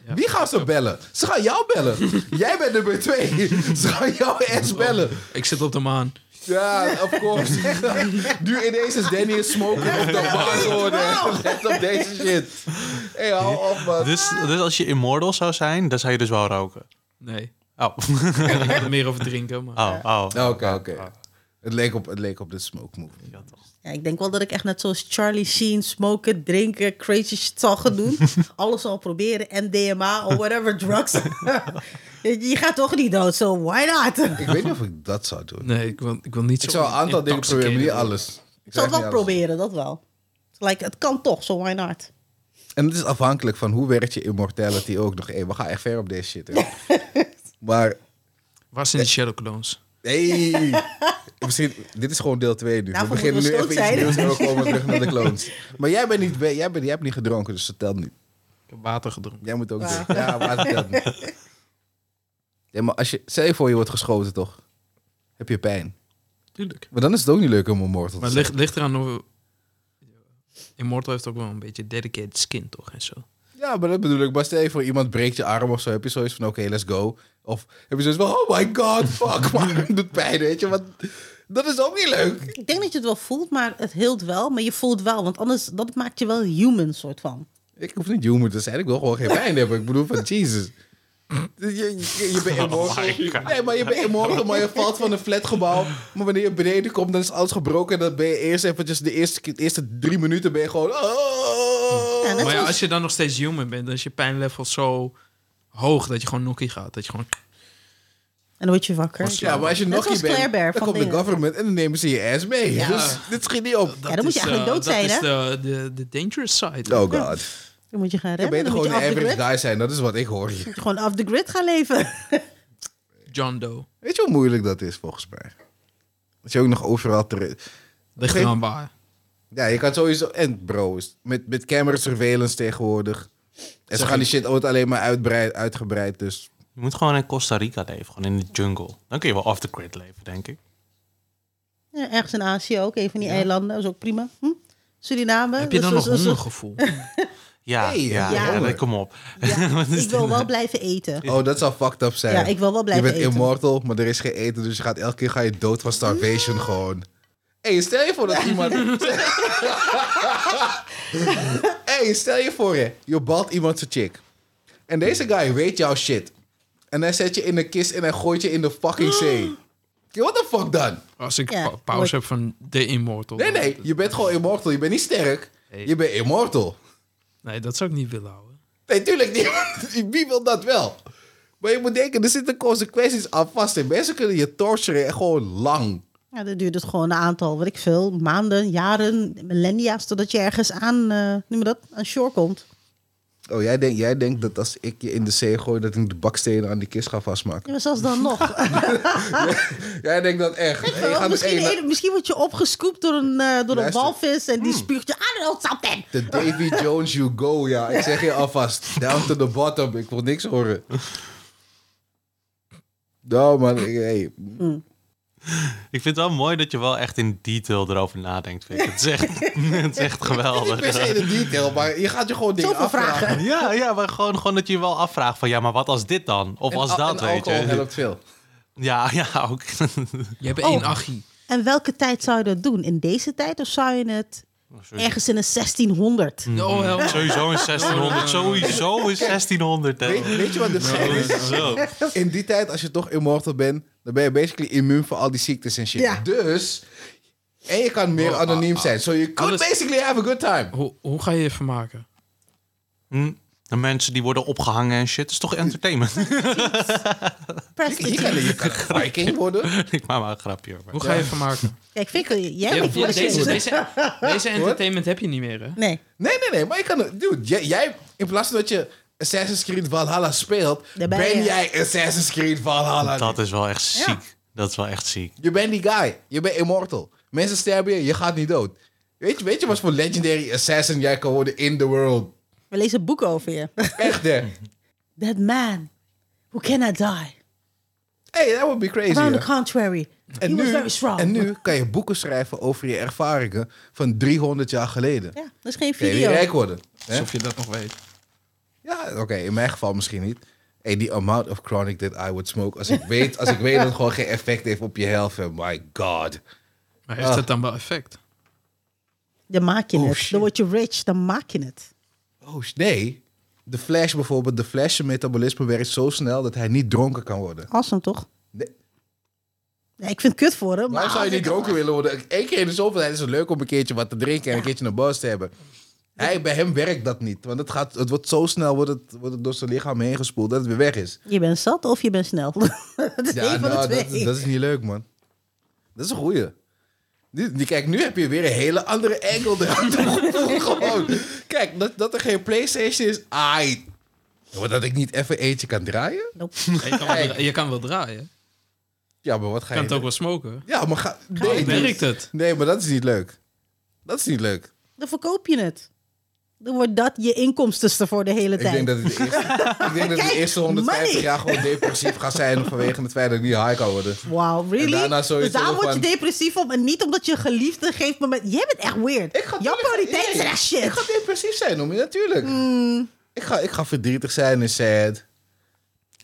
S4: Ja.
S3: Wie gaan ze bellen? Ze gaan jou bellen. Jij bent nummer twee. Ze gaan jou ass bellen.
S4: Ik zit op de maan.
S3: Ja, of course. nu ineens is Danny een smoker op de bar geworden. Let op deze shit. hey, hou op, man.
S2: Dus, dus als je immortal zou zijn, dan zou je dus wel roken.
S4: Nee,
S2: Oh,
S4: ik wil er meer over drinken. Maar.
S2: oh, oh.
S3: Oké, Nou, oké. Het leek op, het leek op de smoke move.
S2: Ja, toch.
S1: Ja, ik denk wel dat ik echt net zoals Charlie Sheen, smoken, drinken, crazy shit zal gaan doen. Alles zal proberen, MDMA of whatever drugs. je je gaat toch niet dood, so why not?
S3: Ik weet niet of ik dat zou doen.
S4: Nee, ik wil, ik wil niet zo...
S3: Ik zou een aantal dingen proberen, maar niet alles.
S1: Ik zal het wel
S3: niet alles.
S1: proberen, dat wel. Like, het kan toch, so why not?
S3: En het is afhankelijk van hoe werkt je immortality ook nog. Hey, we gaan echt ver op deze shit. hè. maar
S4: Waar zijn die Shadow Clones?
S3: Hey. Misschien, dit is gewoon deel 2 nu.
S1: Daarvoor
S3: we beginnen nu
S1: moeten we
S3: even iets
S1: stoot
S3: nieuws en
S1: zijn.
S3: we komen terug naar de clones. Maar jij bent niet, jij bent, jij hebt niet gedronken, dus dat telt niet.
S4: Ik heb water gedronken.
S3: Jij moet ook
S1: Waar?
S3: drinken. Ja, maar dat telt niet. Ja, maar als je, stel je voor je wordt geschoten toch? Heb je pijn.
S4: Tuurlijk.
S3: Maar dan is het ook niet leuk om immortal
S4: Maar
S3: te
S4: het
S3: zijn.
S4: ligt, ligt eraan hoe... Immortal heeft ook wel een beetje dedicated skin, toch? En zo.
S3: Ja, maar dat bedoel ik. Maar stel je voor iemand breekt je arm of zo. Heb je zoiets van, oké, let's go. Of heb je zoiets van, oh my god, fuck, maar het doet pijn, weet je. Want dat is ook niet leuk.
S1: Ik denk dat je het wel voelt, maar het hield wel. Maar je voelt wel, want anders dat maakt je wel human, soort van.
S3: Ik hoef niet human te zijn. Ik wil gewoon geen pijn hebben. Ik bedoel van Jesus. Je, je, je bent immortal. nee, maar je bent immortal, maar je valt van een flatgebouw. Maar wanneer je beneden komt, dan is alles gebroken. En dan ben je eerst eventjes de eerste, keer- de eerste drie minuten ben je gewoon... oh.
S1: Ja, net
S4: Maar ja,
S1: zoals-
S4: als je dan nog steeds human bent, dan is je pijnlevel zo hoog dat je gewoon nokkie gaat. Dat je gewoon...
S1: En dan word je wakker.
S3: Ja, maar als je
S1: Net
S3: nog
S1: zoals
S3: niet bent,
S1: Claire Bear
S3: dan
S1: van
S3: komt de
S1: dingen.
S3: government en dan nemen ze je ass mee.
S1: Ja.
S3: Dus dit schiet niet op.
S1: dan moet je
S4: is,
S1: eigenlijk
S4: eh,
S1: dood zijn,
S4: Dat is de, de, de dangerous side.
S3: Oh god.
S1: Dan moet je gaan rennen.
S3: Dan ben je
S1: dan
S3: toch
S1: moet
S3: gewoon
S1: je off
S3: een
S1: the
S3: average
S1: grid.
S3: guy zijn. Dat is wat ik hoor hier.
S1: moet je gewoon off the grid gaan leven.
S4: John Doe.
S3: Weet je hoe moeilijk dat is volgens mij? Dat je ook nog overal terecht...
S4: Ligt er aan waar.
S3: Ja, je kan sowieso... En bro, is- met, met camera surveillance tegenwoordig. En ze
S4: Zeg
S3: gaan die
S4: ik-
S3: shit ooit alleen maar uitbreid, uitgebreid, dus...
S2: Je moet gewoon in Costa Rica leven, gewoon in de jungle. Dan kun je wel off the grid leven, denk ik.
S1: Ja, ergens in Azië ook, een van die eilanden. Dat is ook prima. Hm? Suriname.
S4: Heb je dan
S1: dus-
S4: nog
S1: dus- dus-
S4: hongergevoel?
S2: Ja,
S3: Hey,
S2: ja,
S1: ja.
S2: ja, nee, kom op. Wat is
S1: Ik wil
S2: dit
S1: wel blijven eten.
S3: Oh, dat zou fucked up zijn.
S1: Ja, ik wil wel blijven
S3: Je bent
S1: eten.
S3: immortal, maar er is geen eten, dus je gaat elke keer ga je dood van starvation gewoon. Hé, hey, stel je voor dat iemand... hey, stel je voor hè, je balt iemand zijn chick. En deze guy weet jouw shit. En hij zet je in een kist en hij gooit je in de fucking zee. Yo, what the fuck dan?
S4: Als ik
S1: Ja,
S4: pa-
S1: wordt-
S4: pauze heb van The Immortal.
S3: Nee, nee, je bent gewoon immortal. Je bent niet sterk. Je bent immortal.
S4: Nee, dat zou ik niet willen houden.
S3: Nee, tuurlijk niet. Wie wil dat wel? Maar je moet denken, er zitten consequenties aan vast. En mensen kunnen je torturen en gewoon lang.
S1: Ja, dat duurt dus gewoon een aantal, weet ik veel, maanden, jaren, millennia's, totdat je ergens aan, eh noem je dat, aan shore komt.
S3: Oh, jij denkt jij denkt dat als ik je in de zee gooi, dat ik de bakstenen aan die kist ga vastmaken?
S1: Ja, maar zelfs dan nog.
S3: Jij denkt dat echt.
S1: Ik
S3: Hey,
S1: wil-
S3: je gaat
S1: misschien,
S3: dus- hey,
S1: een- misschien word je opgescoopt door een, eh, door een
S3: Luister.
S1: walvis en
S4: Hmm.
S1: die spuugt je aan en something.
S3: de Davy Jones you go, ja. Ik zeg je alvast. Down to the bottom. Ik wil niks horen. Nou man, ik- hey.
S2: Ik vind het wel mooi dat je wel echt in detail erover nadenkt. Vind ik. Het, is echt, het is echt
S3: niet per
S2: geweldig.
S3: se in de detail, maar je gaat je gewoon dingen
S1: Zoveel
S3: afvragen.
S1: vragen.
S2: Ja, ja, maar gewoon, gewoon dat je je wel afvraagt van ja, maar wat als dit dan? Of als
S3: al-
S2: dat, weet
S3: Ah, alcohol
S2: je.
S3: helpt veel.
S2: Ja, ja, ook.
S4: Je hebt
S1: Oh.
S4: één achie.
S1: En welke tijd zou je dat doen? In deze tijd of zou je het
S2: sorry.
S1: ergens in een 1600?
S4: Oh, hel.
S2: Sowieso een 1600. Sowieso een 1600. hè.
S3: Weet, weet je wat het gek is?
S2: Zo.
S3: In die tijd, als je toch immortal bent, dan ben je basically immuun voor al die ziektes en shit.
S1: Ja.
S3: Dus, en je kan meer
S2: Oh,
S3: anoniem
S2: ah,
S3: zijn. So you could
S4: alles-
S3: basically have a good time.
S4: Hoe, hoe ga je je vermaken?
S2: Hm. De mensen die worden opgehangen en shit, is toch entertainment?
S3: Je
S1: Prestige.
S3: kan, je kan een viking worden.
S2: ik maak maar een grapje. hoor.
S4: Hoe ga je vermaken?
S1: Kijk, Fikkel, jij
S4: Ja,
S1: bent voor de
S4: deze,
S1: shit.
S4: deze, deze entertainment heb je niet meer, hè?
S1: Nee,
S3: Nee, nee, nee. Maar je kan... Dude, jij, jij- in plaats van dat je Assassin's Creed Valhalla speelt,
S1: Daar ben
S3: ben
S1: je.
S3: jij Assassin's Creed Valhalla.
S2: Dat is wel echt
S1: Ja.
S2: ziek. Dat is wel echt ziek.
S3: Je bent die guy. Je bent immortal. Mensen sterven je, je gaat niet dood. Weet je, weet je wat voor legendary assassin jij kan worden in the world?
S1: we lezen een boek over je.
S3: Echt, hè?
S1: That man who cannot die.
S3: Hey, that would be crazy.
S1: On
S3: hè?
S1: the contrary, he
S3: En
S1: was
S3: nu,
S1: very strong.
S3: en nu kan je boeken schrijven over je ervaringen van 300 jaar geleden.
S1: Ja, dat is geen
S3: Kun je weer
S1: video.
S3: rijk worden. Hè?
S4: Alsof je dat nog weet.
S3: Ja, oké, in mijn geval misschien niet. Hey, die amount of chronic that I would smoke. Als ik weet, als ik weet dat het gewoon geen effect heeft op je health. eh, My god.
S4: Maar heeft
S3: Ah.
S4: dat dan wel effect?
S1: Dan maak je
S3: Oh,
S1: het.
S3: shit.
S1: Dan word je rich, dan maak je het.
S3: Oh, sh- nee. De Flash bijvoorbeeld. De Flash zijn metabolisme werkt zo snel dat hij niet dronken kan worden.
S1: Awesome, toch?
S3: Nee.
S1: Nee, ik vind het kut voor hem.
S3: Waarom
S1: Maar
S3: zou je niet dronken willen worden? Eén keer in de zoveel tijd is het leuk om een keertje wat te drinken en een keertje een bas te hebben. Hij, bij hem werkt dat niet. Want het, gaat, het wordt zo snel wordt het, wordt het door zijn lichaam heen gespoeld dat het weer weg is.
S1: Je bent zat of je bent snel. dat is één van de
S3: nou,
S1: twee.
S3: dat, dat is niet leuk, man. Dat is een goeie. Nu, nu- kijk, nu heb je weer een hele andere angle eraan toegevoegd, gewoon. Kijk, dat, dat er geen Playstation is, ai. Maar dat ik niet even eentje kan draaien?
S1: Nope.
S4: Je kan wel, dra- je kan wel draaien. Je
S3: Ja, maar wat ga
S4: kan het ook
S3: je...
S4: wel smoken.
S3: Ja, maar ga...
S4: Hoe
S3: Nee,
S4: werkt
S3: nee,
S4: het?
S3: nee, maar dat is niet leuk. Dat is niet leuk.
S1: Dan verkoop je het. Dan wordt dat je inkomsten voor de hele
S3: Ik
S1: tijd.
S3: denk dat ik de eerste, ik denk dat ik de
S1: Kijk,
S3: eerste 150
S1: money.
S3: jaar gewoon depressief ga zijn vanwege het feit dat ik niet high kan worden.
S1: Wow, really?
S3: En daarna
S1: dus
S3: sowieso
S1: daar word je
S3: van-
S1: depressief om. En niet omdat je geliefde geeft moment. Jij bent echt weird.
S3: Ik ga
S1: Jouw
S3: tuurlijk-
S1: prioriteiten
S3: nee,
S1: zijn echt shit. Hmm.
S3: Ik ga depressief zijn, om je natuurlijk. Ik, ga, ik ga verdrietig zijn en sad.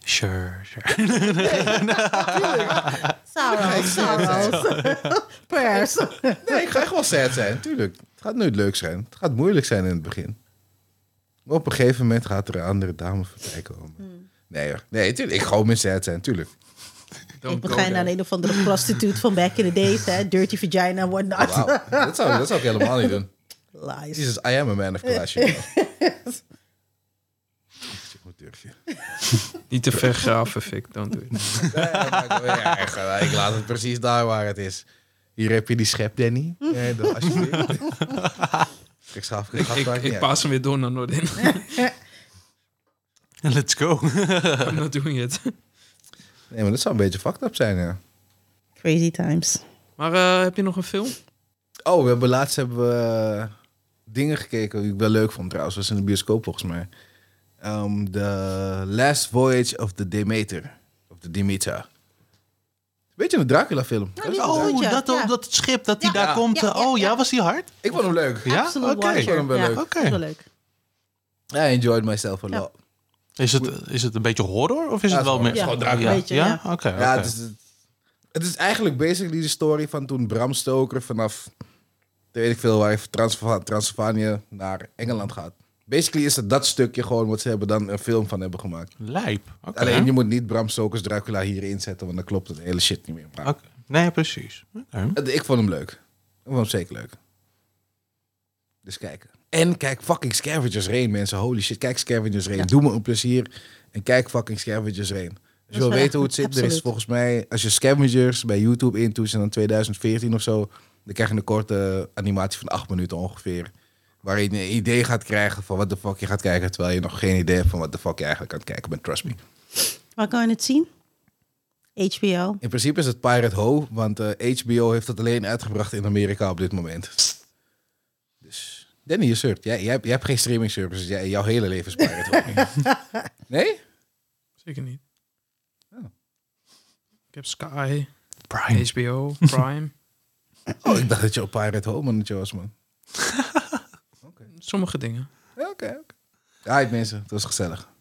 S2: Sure, sure.
S1: Sorrow, sorrow. Prayers.
S3: Nee, ik ga echt wel sad zijn, tuurlijk. Het gaat nooit leuk zijn. Het gaat moeilijk zijn in het begin. Maar op een gegeven moment gaat er een andere dame voorbij komen.
S1: Hmm.
S3: Nee hoor. Nee, tuurlijk. Ik ga gewoon meer sad zijn, tuurlijk.
S1: Ik
S4: Don't go
S1: begrijp aan
S4: there.
S1: een of andere prostituut van back in the days. Hè? Dirty vagina en whatnot.
S3: Oh, Wauw. Dat zou, dat zou ik helemaal niet doen.
S1: Lies.
S3: Jesus, I am a man of class, you know. Ik moet durven.
S4: Niet te ver graven, Fik. Don't do it.
S3: Ja, maar ik- ja, echt, nou, ik laat het precies Eh, daar waar het is. Hier heb je die schep, Danny. Ja, dan alsjeblieft. Rechtsaf, rechtsaf
S4: Ik, ik,
S3: maakt
S4: ik
S3: niet
S4: paas hem weer door naar Nordin.
S2: Let's go.
S4: I'm not doing it.
S3: uit. Nee, maar dat zou een beetje fucked up zijn, ja.
S1: Crazy times.
S4: Maar eh, heb je nog een film?
S3: Oh, we hebben laatst hebben we eh, dingen gekeken die ik wel leuk vond trouwens. was in de bioscoop volgens mij. Ehm the Last Voyage of the Demeter. Of the Demeter. Weet je, een Dracula film.
S1: die is
S3: oh,
S1: goed.
S2: Oh,
S1: ja,
S2: dat,
S1: ja.
S2: dat schip dat die
S1: Ja.
S2: daar komt.
S1: Ja,
S2: eh,
S1: ja,
S2: oh ja,
S1: ja.
S2: was die hard?
S3: Ik vond hem leuk.
S2: Ja?
S1: Absolute
S2: Oké.
S1: watcher.
S3: Ik vond hem wel
S1: ja,
S3: leuk.
S1: dat is wel leuk.
S3: I enjoyed myself a
S1: Ja.
S3: lot.
S2: Is het, is het een beetje horror of is
S3: Ja,
S2: het wel
S3: het is
S2: meer...
S1: gewoon-
S3: het is gewoon
S2: ja,
S1: Dracula. Beetje, ja.
S2: oké.
S3: Ja, dus
S2: oké.
S3: het, is, het is eigenlijk basically de story van toen Bram Stoker vanaf, weet ik veel, waar hij van Transva- Transylvanië naar Engeland gaat. Basically is het dat stukje gewoon wat ze hebben dan een film van hebben gemaakt.
S2: Lijp. Oké.
S3: Alleen je moet niet Bram Stokers Dracula hierin zetten, want dan klopt het hele shit niet meer. Maar
S2: Oké. Nee, precies. Oké.
S3: het- Eh, ik vond hem leuk. Ik vond hem zeker leuk. Dus kijken. En kijk fucking Scavengers Rain, mensen. Holy shit, kijk Scavengers Rain. Doe me een plezier en kijk fucking Scavengers Rain. Als je
S1: wel
S3: wil
S1: echt
S3: weten hoe
S1: goed,
S3: het zit, er is
S1: absoluut.
S3: volgens mij... Als je Scavengers bij YouTube intoet en dan 2014 of zo... dan krijg je een korte animatie van acht minuten ongeveer. Waarin je een idee gaat krijgen van wat de fuck je gaat kijken... terwijl je nog geen idee hebt van wat de fuck je eigenlijk aan het kijken bent. Trust me.
S1: Waar kan je het zien? HBO.
S3: In principe is het Pirate Ho, want eh, HBO heeft het alleen uitgebracht in Amerika op dit moment. Dus Danny, je surft. Jij, jij, hebt- jij hebt geen streaming services. Jij, jouw hele leven is Pirate Ho. nee?
S4: Zeker niet.
S3: Oh.
S4: Ik heb Sky,
S2: Prime.
S4: HBO, Prime.
S3: Oh, ik dacht dat je op Pirate Ho mannetje was, man.
S4: Sommige dingen.
S3: Ja, Oké, oké. Alright, mensen. Het was gezellig.